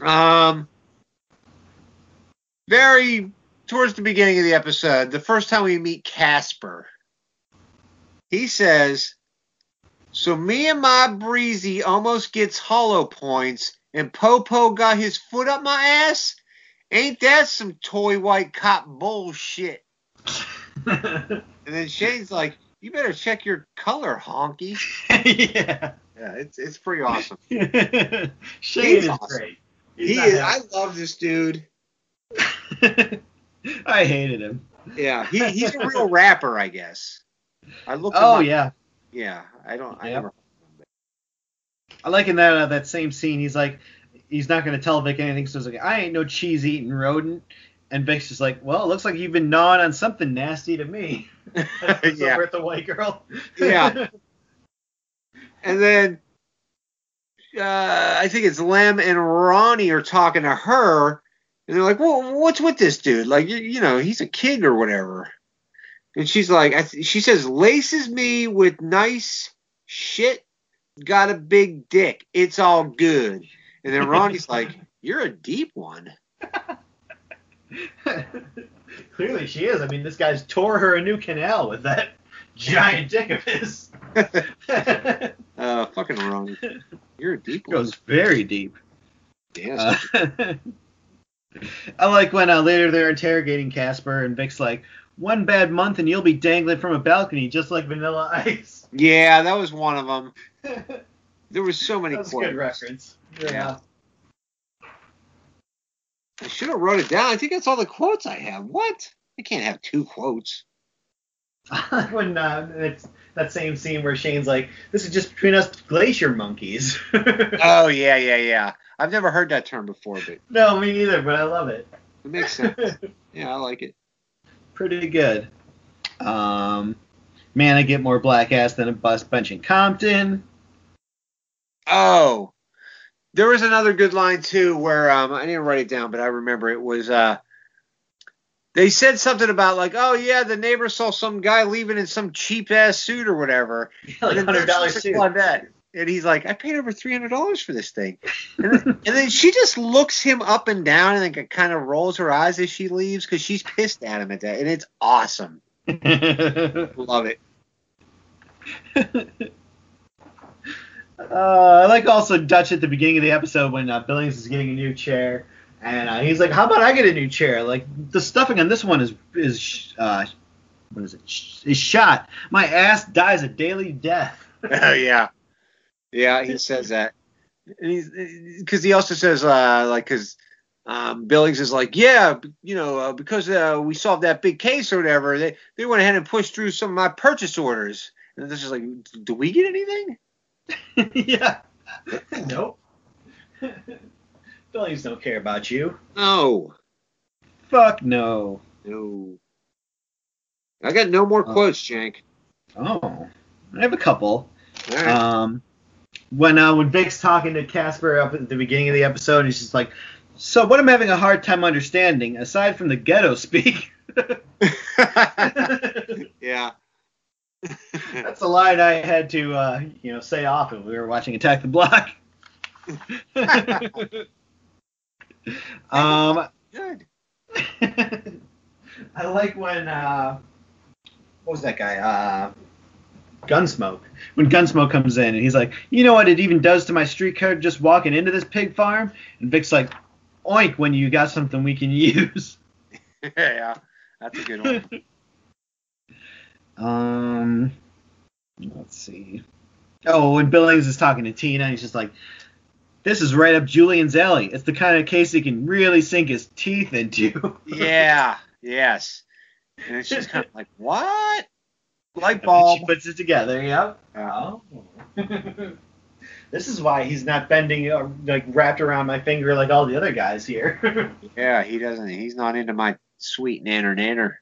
Um, very towards the beginning of the episode, the first time we meet Casper, he says, "So me and my breezy almost gets hollow points, and Popo got his foot up my ass. Ain't that some toy white cop bullshit?" And then Shane's like, "You better check your color, honky." yeah. [LAUGHS] Yeah, it's it's pretty awesome. Shane He's is awesome. great. He's he not is. I happy. love this dude. [LAUGHS] I hated him. Yeah, he, he's a real rapper, I guess. I looked. him Oh up. yeah, Yeah, I don't. I Yeah. never. I like in that uh, that same scene. He's like, he's not gonna tell Vic anything. So he's like, I ain't no cheese eating rodent. And Vic's just like, well, it looks like you've been gnawing on something nasty to me. [LAUGHS] That's Yeah. over at the white girl. Yeah. And then uh, I think it's Lem and Ronnie are talking to her, and they're like, "Well, what's with this dude? Like, you, you know, he's a kid or whatever." And she's like, I th- she says, "Laces me with nice shit, got a big dick. It's all good." And then [LAUGHS] Ronnie's like, "You're a deep one." [LAUGHS] Clearly, she is. I mean, this guy's tore her a new canal with that giant dick of his. Uh, fucking Ronnie, you're a deep [LAUGHS] one. Goes very deep. Yes. Uh, [LAUGHS] I like when uh, later they're interrogating Casper and Vic's like, one bad month and you'll be dangling from a balcony just like Vanilla Ice. [LAUGHS] yeah, that was one of them. that There was so many was a good quotes. reference. Yeah. I should have wrote it down. I think that's all the quotes I have. What? I can't have [LAUGHS] two quotes. when uh, it's that same scene where Shane's like, this is just between us glacier monkeys. [LAUGHS] Oh yeah, yeah, yeah. I've never heard that term before, but it no, me neither, but I love it. [LAUGHS] makes sense. Yeah, I like it. pretty good. Um, man, I get more black ass than a bus bench in Compton. [LAUGHS] Oh, there was another good line too, where um, I didn't write it down, but I remember it was. Uh, they said something about like, oh yeah, the neighbor saw some guy leaving in some cheap ass suit or whatever. like And then hundred dollars she's too. like, "Why that?" And he's like, I paid over three hundred dollars for this thing. And then, [LAUGHS] and then she just looks him up and down and then kind of rolls her eyes as she leaves because she's pissed at him at that, and it's awesome. [LAUGHS] Love it. Uh, I like also Dutch at the beginning of the episode when uh, Billings is getting a new chair, and uh, he's like, "How about I get a new chair? Like the stuffing on this one is is uh, what is it? Sh- Is shot. My ass dies a daily death." [LAUGHS] [LAUGHS] Oh yeah, yeah. He says that, and he's because he also says uh, like because um, Billings is like, yeah, b- you know, uh, because uh, we solved that big case or whatever, they they went ahead and pushed through some of my purchase orders. And this is like, do we get anything? yeah. nope. [LAUGHS] Billings don't care about you. No, Fuck no. no. I got no more Oh. quotes, Jank. Oh, I have a couple. All right. Um, when uh, when Vic's talking to Casper up at the beginning of the episode, he's just like, "So what I'm having a hard time understanding, aside from the ghetto speak." [LAUGHS] uh, That's [LAUGHS] yeah. a line I had to uh, you know say off if we were watching Attack the Block. [LAUGHS] um, Good. [LAUGHS] I like when uh, what was that guy? Uh, Gunsmoke. When Gunsmoke comes in and he's like, you know what it even does to my street code just walking into this pig farm? And Vic's like, oink when you got something we can [LAUGHS] use. yeah, that's a good one. [LAUGHS] um, let's see. Oh, when Billings is talking to Tina, he's just like, this is right up Julian's alley. It's the kind of case he can really sink his teeth into. Yeah. Yes. And it's just kind of like, what? Light And then bulb. She puts it together. Yep. Uh, Oh. [LAUGHS] this is why he's not bending uh, like wrapped around my finger like all the other guys here. [LAUGHS] yeah, he doesn't. He's not into my sweet nanner nanner.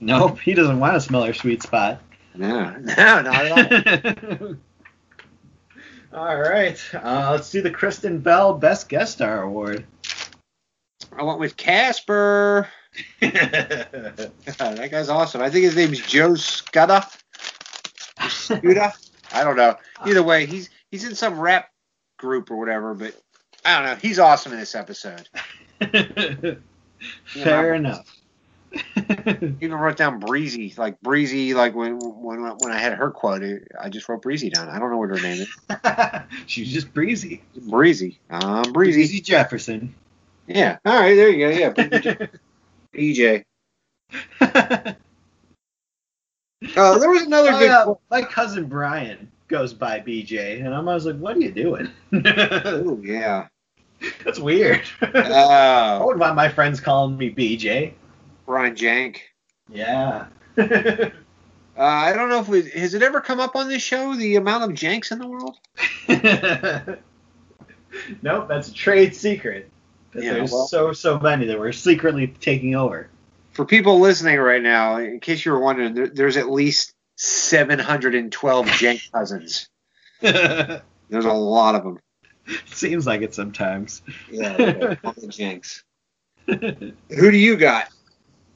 nope, he doesn't want to smell her sweet spot. No, [LAUGHS] no, not at all. [LAUGHS] all right, uh, let's do the Kristen Bell Best Guest Star [LAUGHS] Award. I went with Casper. [LAUGHS] that guy's awesome. I think his name's Joe Scudder. Scudder. I don't know. Either way, he's he's in some rap group or whatever, but I don't know. He's awesome in this episode. Fair [LAUGHS] enough. Even wrote down Breezy, like Breezy, like when when when I had her quote, I just wrote Breezy down. I don't know what her name is. She's just breezy. Breezy. I'm breezy. Jefferson. Yeah. All right. There you go. Yeah. [LAUGHS] Breezy EJ. [LAUGHS] Uh, Oh, there was another Oh, good. yeah, quote. my cousin Brian goes by BJ, and I'm always like, what are you doing? [LAUGHS] Ooh, Oh, yeah. That's weird. [LAUGHS] I Oh, wouldn't want my friends calling me BJ. Brian Jank. Yeah. [LAUGHS] Uh, I don't know if we, has it ever come up on this show the amount of Janks in the world. nope, that's a trade secret. That Yeah, there's well- so, so many that we're secretly taking over. [LAUGHS] For people listening right now, in case you were wondering, there, there's at least 712 Jank cousins. yeah, There's a lot of them. Seems like it sometimes. [LAUGHS] Yeah, okay. Call me Jinx. [LAUGHS] Who do you got?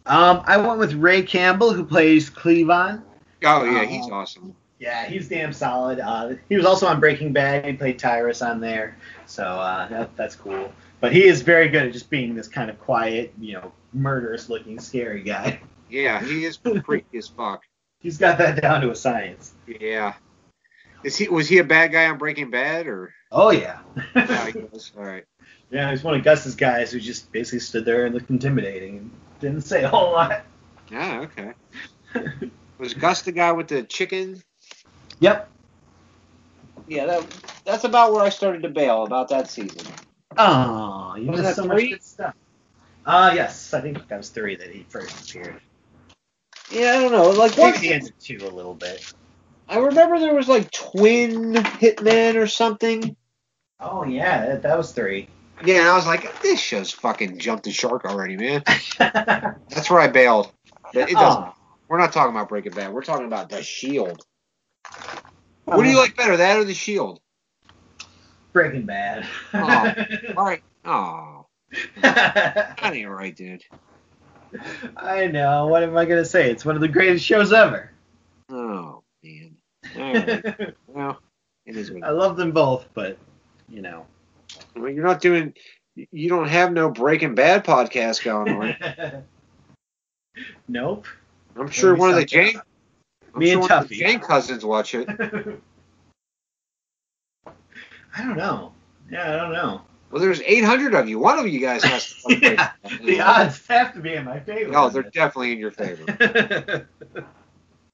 Um, I went with Ray Campbell, who plays Cleavon. Oh yeah, he's awesome. Yeah, he's damn solid. Uh, he was also on Breaking Bad. He played Tyrus on there, so uh, that, that's cool. But he is very good at just being this kind of quiet, you know, murderous-looking, scary guy. [LAUGHS] Yeah, he is freaky as fuck. He's got that down to a science. Yeah. Is he was he a bad guy on Breaking Bad [LAUGHS] or? Oh yeah. Yeah, he was. All right. [LAUGHS] yeah, he's one of Gus's guys who just basically stood there and looked intimidating and didn't say a whole lot. [LAUGHS] Yeah, okay. Was Gus the guy with the chicken? Yep. Yeah, that that's about where I started to bail about that season. Oh, you Was missed that so three? much good stuff. Uh yes, I think that was three that he first appeared. Yeah, I don't know. Like I what? think he ended two a little bit. I remember there was like twin hitmen or something. Oh yeah, that, that was three. Yeah, and I was like, this show's fucking jumped the shark already, man. That's where I bailed. But it doesn't. Oh, We're not talking about Breaking Bad. We're talking about The Shield. What do Uh-huh. you like better, that or The Shield? Breaking Bad. Oh. All right. Oh, that ain't right, dude. [LAUGHS] I know. What am I gonna say? It's one of the greatest shows ever. Oh man. [LAUGHS] All right. I well, it is what it love them both, but you know. is. Well, you're not doing. You don't have no Breaking Bad podcast going on. [LAUGHS] nope. I'm sure Maybe one of the someday. Jane. I'm Me and sure one of the Tuffy. Jane cousins watch it. [LAUGHS] I don't know. Yeah, I don't know. Well, there's 800 of you. One of you guys has [LAUGHS] to. watch Yeah, Breaking Bad. The odds have to be in my favor. Mm. No, on Oh, [LAUGHS] they're definitely in your favor. this.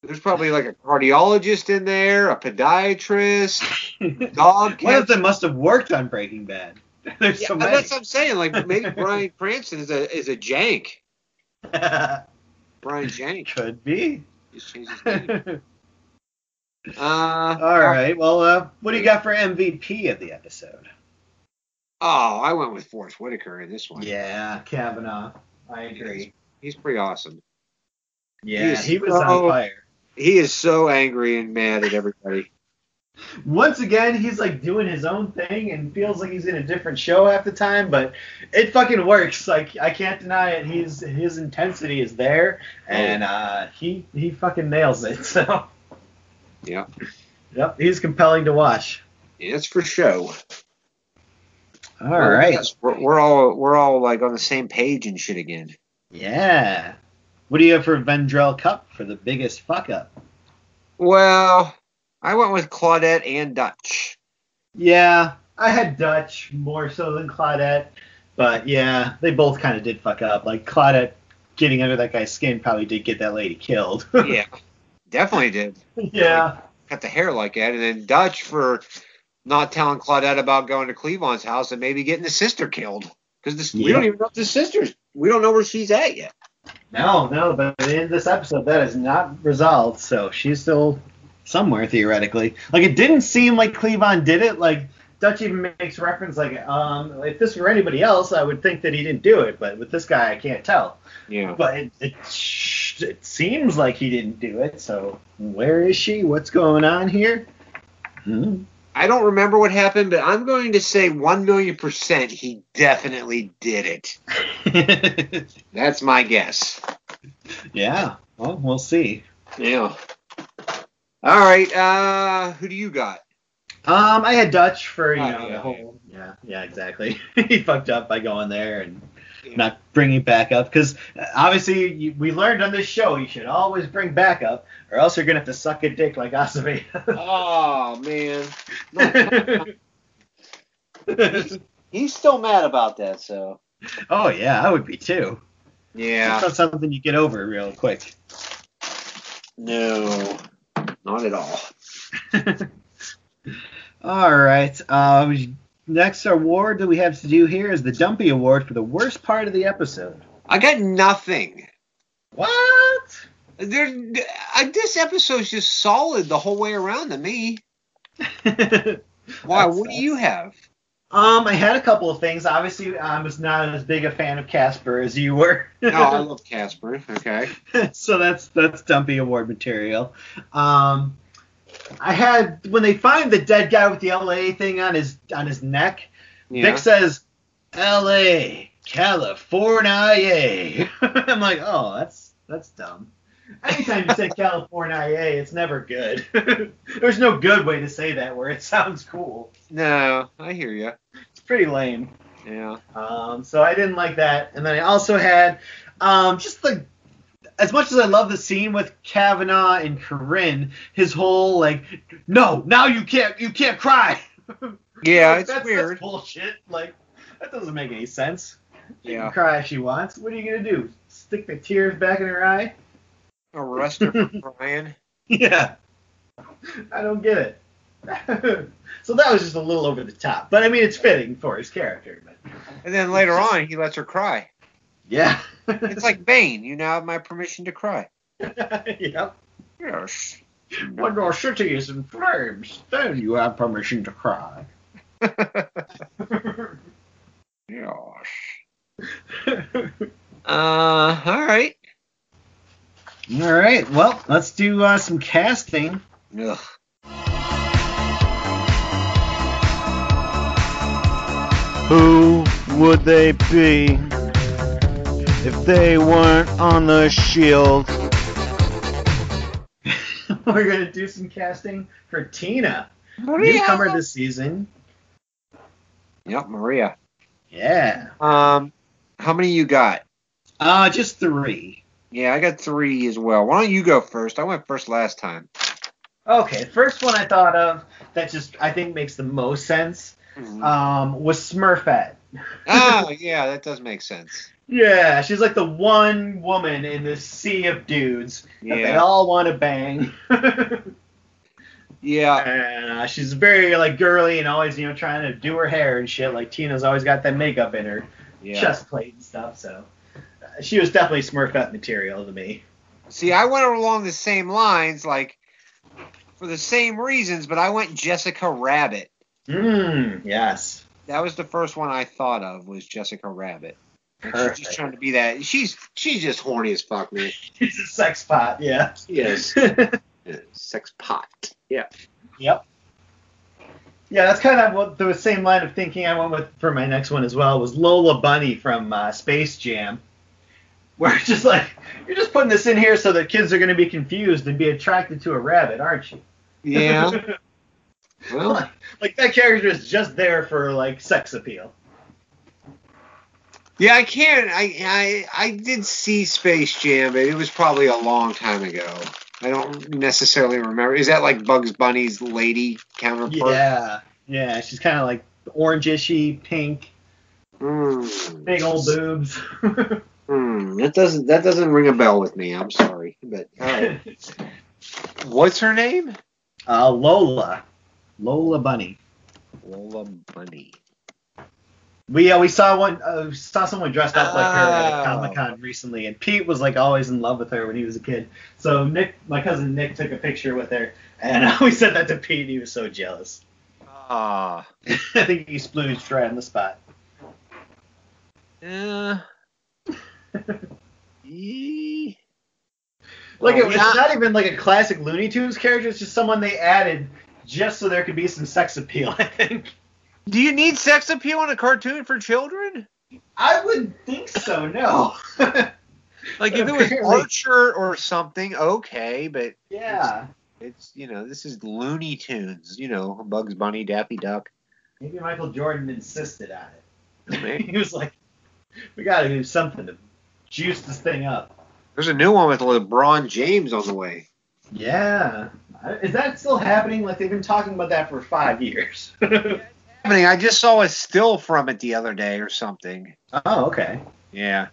There's probably like a cardiologist in there, a podiatrist, dog. One catcher. of them must have worked on Breaking Bad. [LAUGHS] There's Yeah, so many. that's what I'm saying. Like maybe Brian Cranston is a is a jank. Brian [LAUGHS] Jank. Could be. Just changed his [LAUGHS] All name. Uh, right. Well, uh, what do you got for MVP of the episode? Oh, I went with Forrest Whitaker in this one. Yeah, Kavanaugh. I agree. He's pretty awesome. Yeah, He's he was on so- fire. He is so angry and mad at everybody. Once again, he's like doing his own thing and feels like he's in a different show half the time, but it fucking works. Like I can't deny it. He's his intensity is there, and uh, he he fucking nails it. [LAUGHS] So yeah. yep, he's compelling to watch. yeah, it's for show. All Well, right. yes, we're, we're all we're all like on the same page and shit again. Yeah. What do you have for Vendrell Cup for the biggest fuck up? Well, I went with Claudette and Dutch. Yeah, I had Dutch more so than Claudette, but yeah, they both kind of did fuck up. Like Claudette getting under that guy's skin probably did get that lady killed. [LAUGHS] Yeah, definitely did. yeah. Cut the hair like that, and then Dutch for not telling Claudette about going to Cleavon's house and maybe getting the sister killed because we Yeah. don't even know if the sister's. We don't know where she's at yet. No, no, but in this episode that is not resolved, so she's still somewhere theoretically. Like it didn't seem like Cleavon did it. Like Dutch even makes reference like, um, if this were anybody else, I would think that he didn't do it, but with this guy, I can't tell. Yeah. But it, it, sh- it seems like he didn't do it. So where is she? What's going on here? [LAUGHS] Hmm. I don't remember what happened, but I'm going to say 1 million percent he definitely did it. That's my guess. yeah. Well, we'll see. Yeah. All right. Uh, who do you got? Um, I had Dutch for you Oh, know yeah, the whole. Yeah. Yeah. Exactly. [LAUGHS] he fucked up by going there and Yeah. not bringing backup because uh, obviously you, we learned on this show you should always bring backup or else you're gonna have to suck a dick like Asabe. [LAUGHS] Oh, [LAUGHS] man. No, he's still mad about that, so. [LAUGHS] oh yeah, I would be too. It's Yeah. not something you get over real quick. No. Not at all. All right. Uh, next award that we have to do here is the Dumpy Award for the worst part of the episode. I got nothing. What? There, I, this episode's just solid the whole way around to me. Why? That's what nice. do you [LAUGHS] have? [LAUGHS] um, I had a couple of things. Obviously, I was not as big a fan of Casper as you were. No, [LAUGHS] Oh, I love Casper. Okay. so that's that's Dumpy Award material. Um, I had when they find the dead guy with the LA thing on his on his neck. Yeah. Vic says, "L.A. California." [LAUGHS] I'm like, oh, that's that's dumb. Anytime you say California, it's never good. [LAUGHS] There's no good way to say that where it sounds cool. No, I hear you. It's pretty lame. Yeah. Um, so I didn't like that. And then I also had um, just the as much as I love the scene with Kavanaugh and Corinne, his whole like, no, now you can't you can't cry. [LAUGHS] Yeah, Like, it's that's, weird. That's bullshit. Like that doesn't make any sense. She Yeah. can cry if she wants. What are you gonna do? Stick the tears back in her eye? Arrest [LAUGHS] her for crying. Yeah. [LAUGHS] I don't get it. [LAUGHS] so that was just a little over the top, but I mean it's fitting for his character. But And then later on, he lets her cry. yeah. It's like Bane. You now have my permission to cry. [LAUGHS] yep. [LAUGHS] Yes. When your city is in flames, then you have permission to [LAUGHS] cry. Yes. Uh, all right. All right. Well, let's do uh, some casting. Ugh. Who would they be if they weren't on the shield? [LAUGHS] We're gonna do some casting for Tina, newcomer this season. Yep, Maria. Yeah. Um, how many you got? Uh, just three. Yeah, I got three as well. Why don't you go first? I went first last time. Okay, first one I thought of that just I think makes the most sense um, was Smurfette. oh, yeah, that does make [LAUGHS] sense. Yeah, she's like the one woman in this sea of dudes that they Yeah, all want to [LAUGHS] bang. yeah, and, uh, she's very like girly and always you know trying to do her hair and shit. Like Tina's always got that makeup in her yeah. chest plate and stuff. So uh, she was definitely Smurfette material to me. See, I went along the same lines, like for the same reasons, but I went Jessica Rabbit. Mmm. Yes. That was the first one I thought of was Jessica Rabbit. Like, she's Perfect. just trying to be that. She's she's just horny as fuck, man. She's a sex pot. Yeah. [LAUGHS] She is a sex pot. Yeah. Yep. Yeah, that's kind of what the same line of thinking I went with for my next one as well was Lola Bunny from uh, Space Jam, where it's just like you're just putting this in here so that kids are going to be confused and be attracted to a rabbit, aren't you? Yeah. Well, like, [LAUGHS] like that character is just there for like sex appeal. Yeah, I can't. I, I I did see Space Jam, but it was probably a long time ago. I don't necessarily remember. Is that like Bugs Bunny's lady counterpart? Yeah. Yeah, she's kind of like orangishy, pink, Mm, big old boobs. [LAUGHS] mm, that doesn't that doesn't ring a bell with me. I'm sorry, but all right. [LAUGHS] What's her name? uh, Lola, Lola Bunny. Lola Bunny. We uh, we saw one uh, saw someone dressed up like her at Oh. a Comic Con recently, and Pete was like always in love with her when he was a kid. So Nick, my cousin Nick, took a picture with her, and [LAUGHS] uh, we said that to Pete, and he was so jealous. [LAUGHS] Ah. I think he splooged right on the spot. Uh, eh. Like it Oh, was yeah. not even like a classic Looney Tunes character; it's just someone they added just so there could be some sex appeal. [LAUGHS] I think. [LAUGHS] Do you need sex appeal in a cartoon for children? I wouldn't think so. No. [LAUGHS] Like if it was Apparently. Archer or something, okay, but yeah. It's you know this is Looney Tunes, you know Bugs Bunny, Daffy Duck. Maybe Michael Jordan insisted on it. [LAUGHS] There's he was like, "We got to do something to juice this thing up." a new one with LeBron James on the way. Yeah, I- is that still happening? Like they've been talking about that for five years. [LAUGHS] Happening. I just saw a still from it the other day or something. oh, okay. Yeah.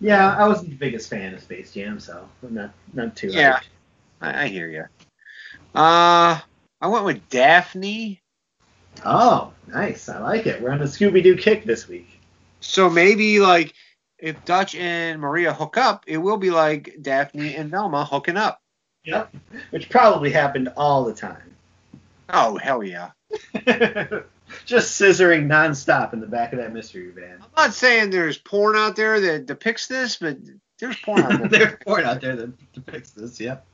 Yeah, I wasn't the biggest fan of Space Jam, so I'm not not too. Yeah. hyped. I, I hear you. Uh, I went with Daphne, Oh, nice. I like it. We're on a Scooby Doo kick this week. so maybe like if Dutch and Maria hook up, it will be like Daphne and Velma hooking up. Yep. [LAUGHS] Which probably happened all the time. [LAUGHS] Oh hell yeah! Just scissoring nonstop in the back of that mystery van. I'm not saying there's porn out there that depicts this, but There's [LAUGHS] porn out there. There's porn out there that depicts this. Yep.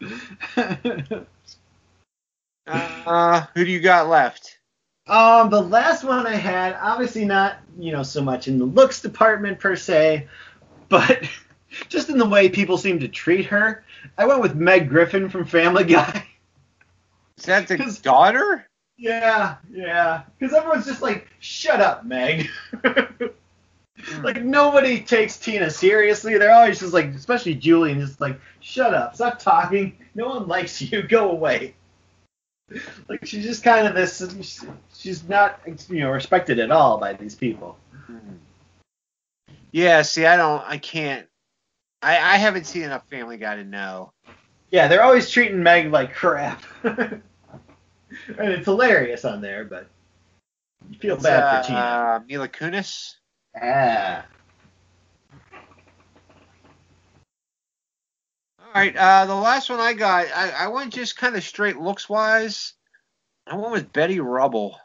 uh, who do you got left? [LAUGHS] um, the last one I had, obviously not you know so much in the looks department per se, but [LAUGHS] just in the way people seem to treat her. I went with Meg Griffin from Family Guy. Is that the 'Cause- daughter? Yeah, yeah. Because everyone's just like, shut up, Meg. Hmm. like, nobody takes Tina seriously. They're always just like, especially Julian, just like, shut up, stop talking. No one likes you, [LAUGHS] go away. Like, she's just kind of this, she's not, you know, respected at all by these people. Yeah. See, I don't. I can't. I, I haven't seen enough Family Guy to know. Yeah, they're always treating Meg like crap. [LAUGHS] and it's hilarious on there, but you feel bad for Tina. Uh, Mila Kunis. Ah. All right. Uh, the last one I got, I, I went just kind of straight looks wise. I went with Betty Rubble.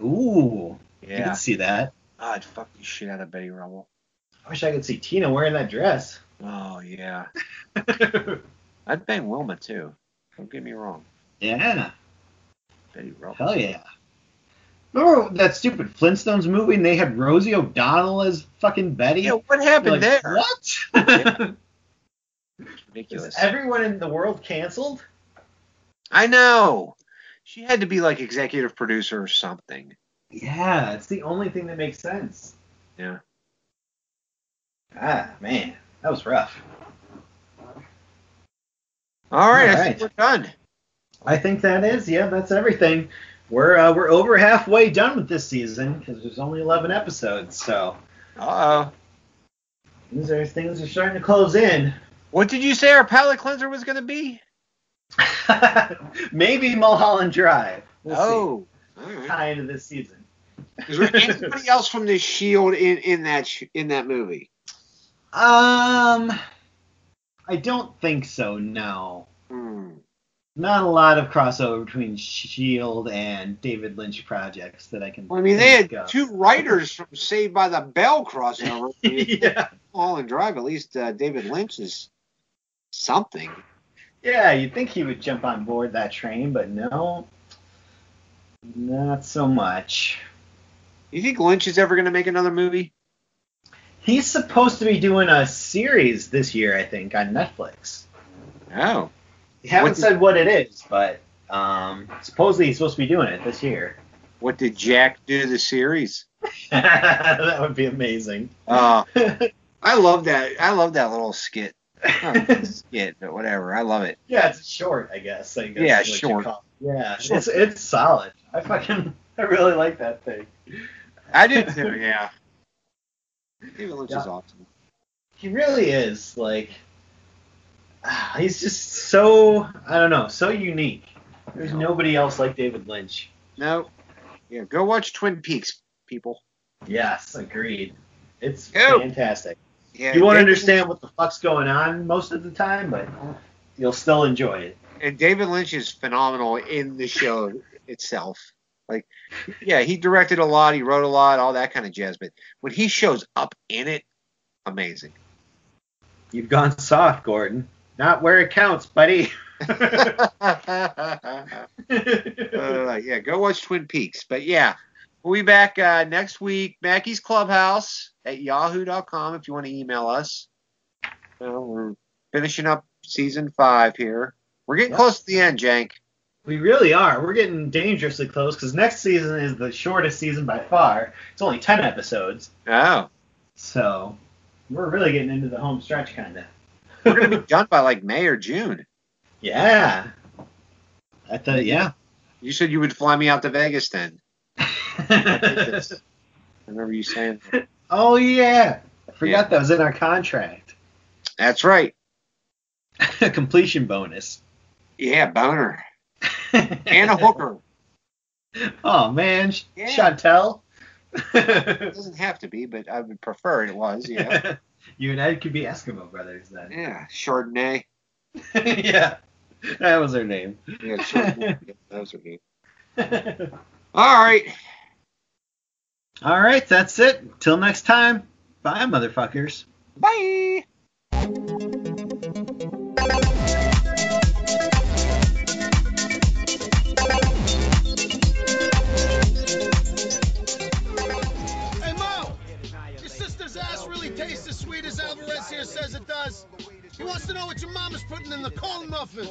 Ooh. You Yeah. can see that. I'd fuck the shit out of Betty Rubble. I wish I could see Tina wearing that dress. [LAUGHS] Oh yeah. I'd bang Wilma too. Don't get me wrong. yeah, Betty Rubble. hell yeah. Remember that stupid Flintstones movie and they had Rosie O'Donnell as fucking Betty? Yeah, what Like, happened [LAUGHS] there? What? [LAUGHS] Is Ridiculous. everyone in the world canceled? I know. She had to be like executive producer or something. Yeah, it's the only thing that makes sense. Yeah. Ah, man, that was rough. All right, All I right. think we're done. I think that is, yeah, that's everything. We're uh, we're over halfway done with this season because there's only 11 episodes, so Uh oh. these are things are starting to close in. What did you say our palate cleanser was gonna be? [LAUGHS] Maybe Mulholland Drive. We'll oh. All see. right. Tie into this season. Is there anybody else from the Shield in in that sh- in that movie? Um, I don't think so. No, Hmm. not a lot of crossover between Shield E and David Lynch projects that I can. Well, I mean, they had think of. [LAUGHS] two writers from Saved by the Bell crossover. yeah, Mulholland Drive. At least uh, David Lynch is something. yeah. You'd think he would jump on board that train, but no, not so much. You think Lynch is ever gonna make another movie? He's supposed to be doing a series this year, I think, on Netflix. Oh. They haven't What- said what it is, but um, supposedly he's supposed to be doing it this year. [LAUGHS] What did Jack do to the series? that would be amazing. [LAUGHS] Uh, I love that. I love that little skit. Not a skit, but whatever. I love it. Yeah, it's short, I guess. I guess Yeah, is what you short. call it. Yeah, Short. it's it's solid. I fucking [LAUGHS] I really like that thing. I did too. [LAUGHS] Yeah. David Lynch Yeah. is awesome. He really is like [SIGHS] ah, he's just so I don't know, so unique. There's No. nobody else like David Lynch. No. Yeah. Go watch Twin Peaks, people. Yes, agreed. It's Go. fantastic. Yeah. you won't David- understand what the fuck's going on most of the time, but you'll still enjoy it. And David Lynch is phenomenal in the show itself. Like, yeah, he directed a lot, he wrote a lot, all that kind of jazz. But when he shows up in it, [LAUGHS] amazing. [LAUGHS] You've gone [LAUGHS] soft, Gordon. Not where it counts, buddy. [LAUGHS] uh, yeah, go watch Twin Peaks. But yeah, we'll be back uh, next week. Mackey's Clubhouse at yahoo.com if you want to email us. So we're finishing up season five here. We're getting Yep. close to the end, Jank. We really are. We're getting dangerously close because next season is the shortest season by far. It's only 10 episodes. Oh, So we're really getting into the home stretch, kind of. we're going to be done by like May or June. [LAUGHS] Yeah. I thought, yeah. [LAUGHS] You said you would fly me out to Vegas then. I I remember you saying oh, yeah. I forgot Yeah. that was in our contract. [LAUGHS] that's right. Completion bonus. Yeah, boner. And a hooker. Oh, man. Sh- Yeah. Chantel. It doesn't have to be, but I would prefer it [LAUGHS] was. [LAUGHS] Yeah. you and I could be Eskimo brothers then. Yeah. Chardonnay. [LAUGHS] yeah, that was her name. [LAUGHS] Yeah, Chardonnay. [LAUGHS] Yeah, those are good. All right. All right, that's it. Till next time. Bye, motherfuckers. Bye. Hey Mo, your sister's ass really tastes as sweet as Alvarez here says it does. He wants to know what your mama's putting in the cold muffin.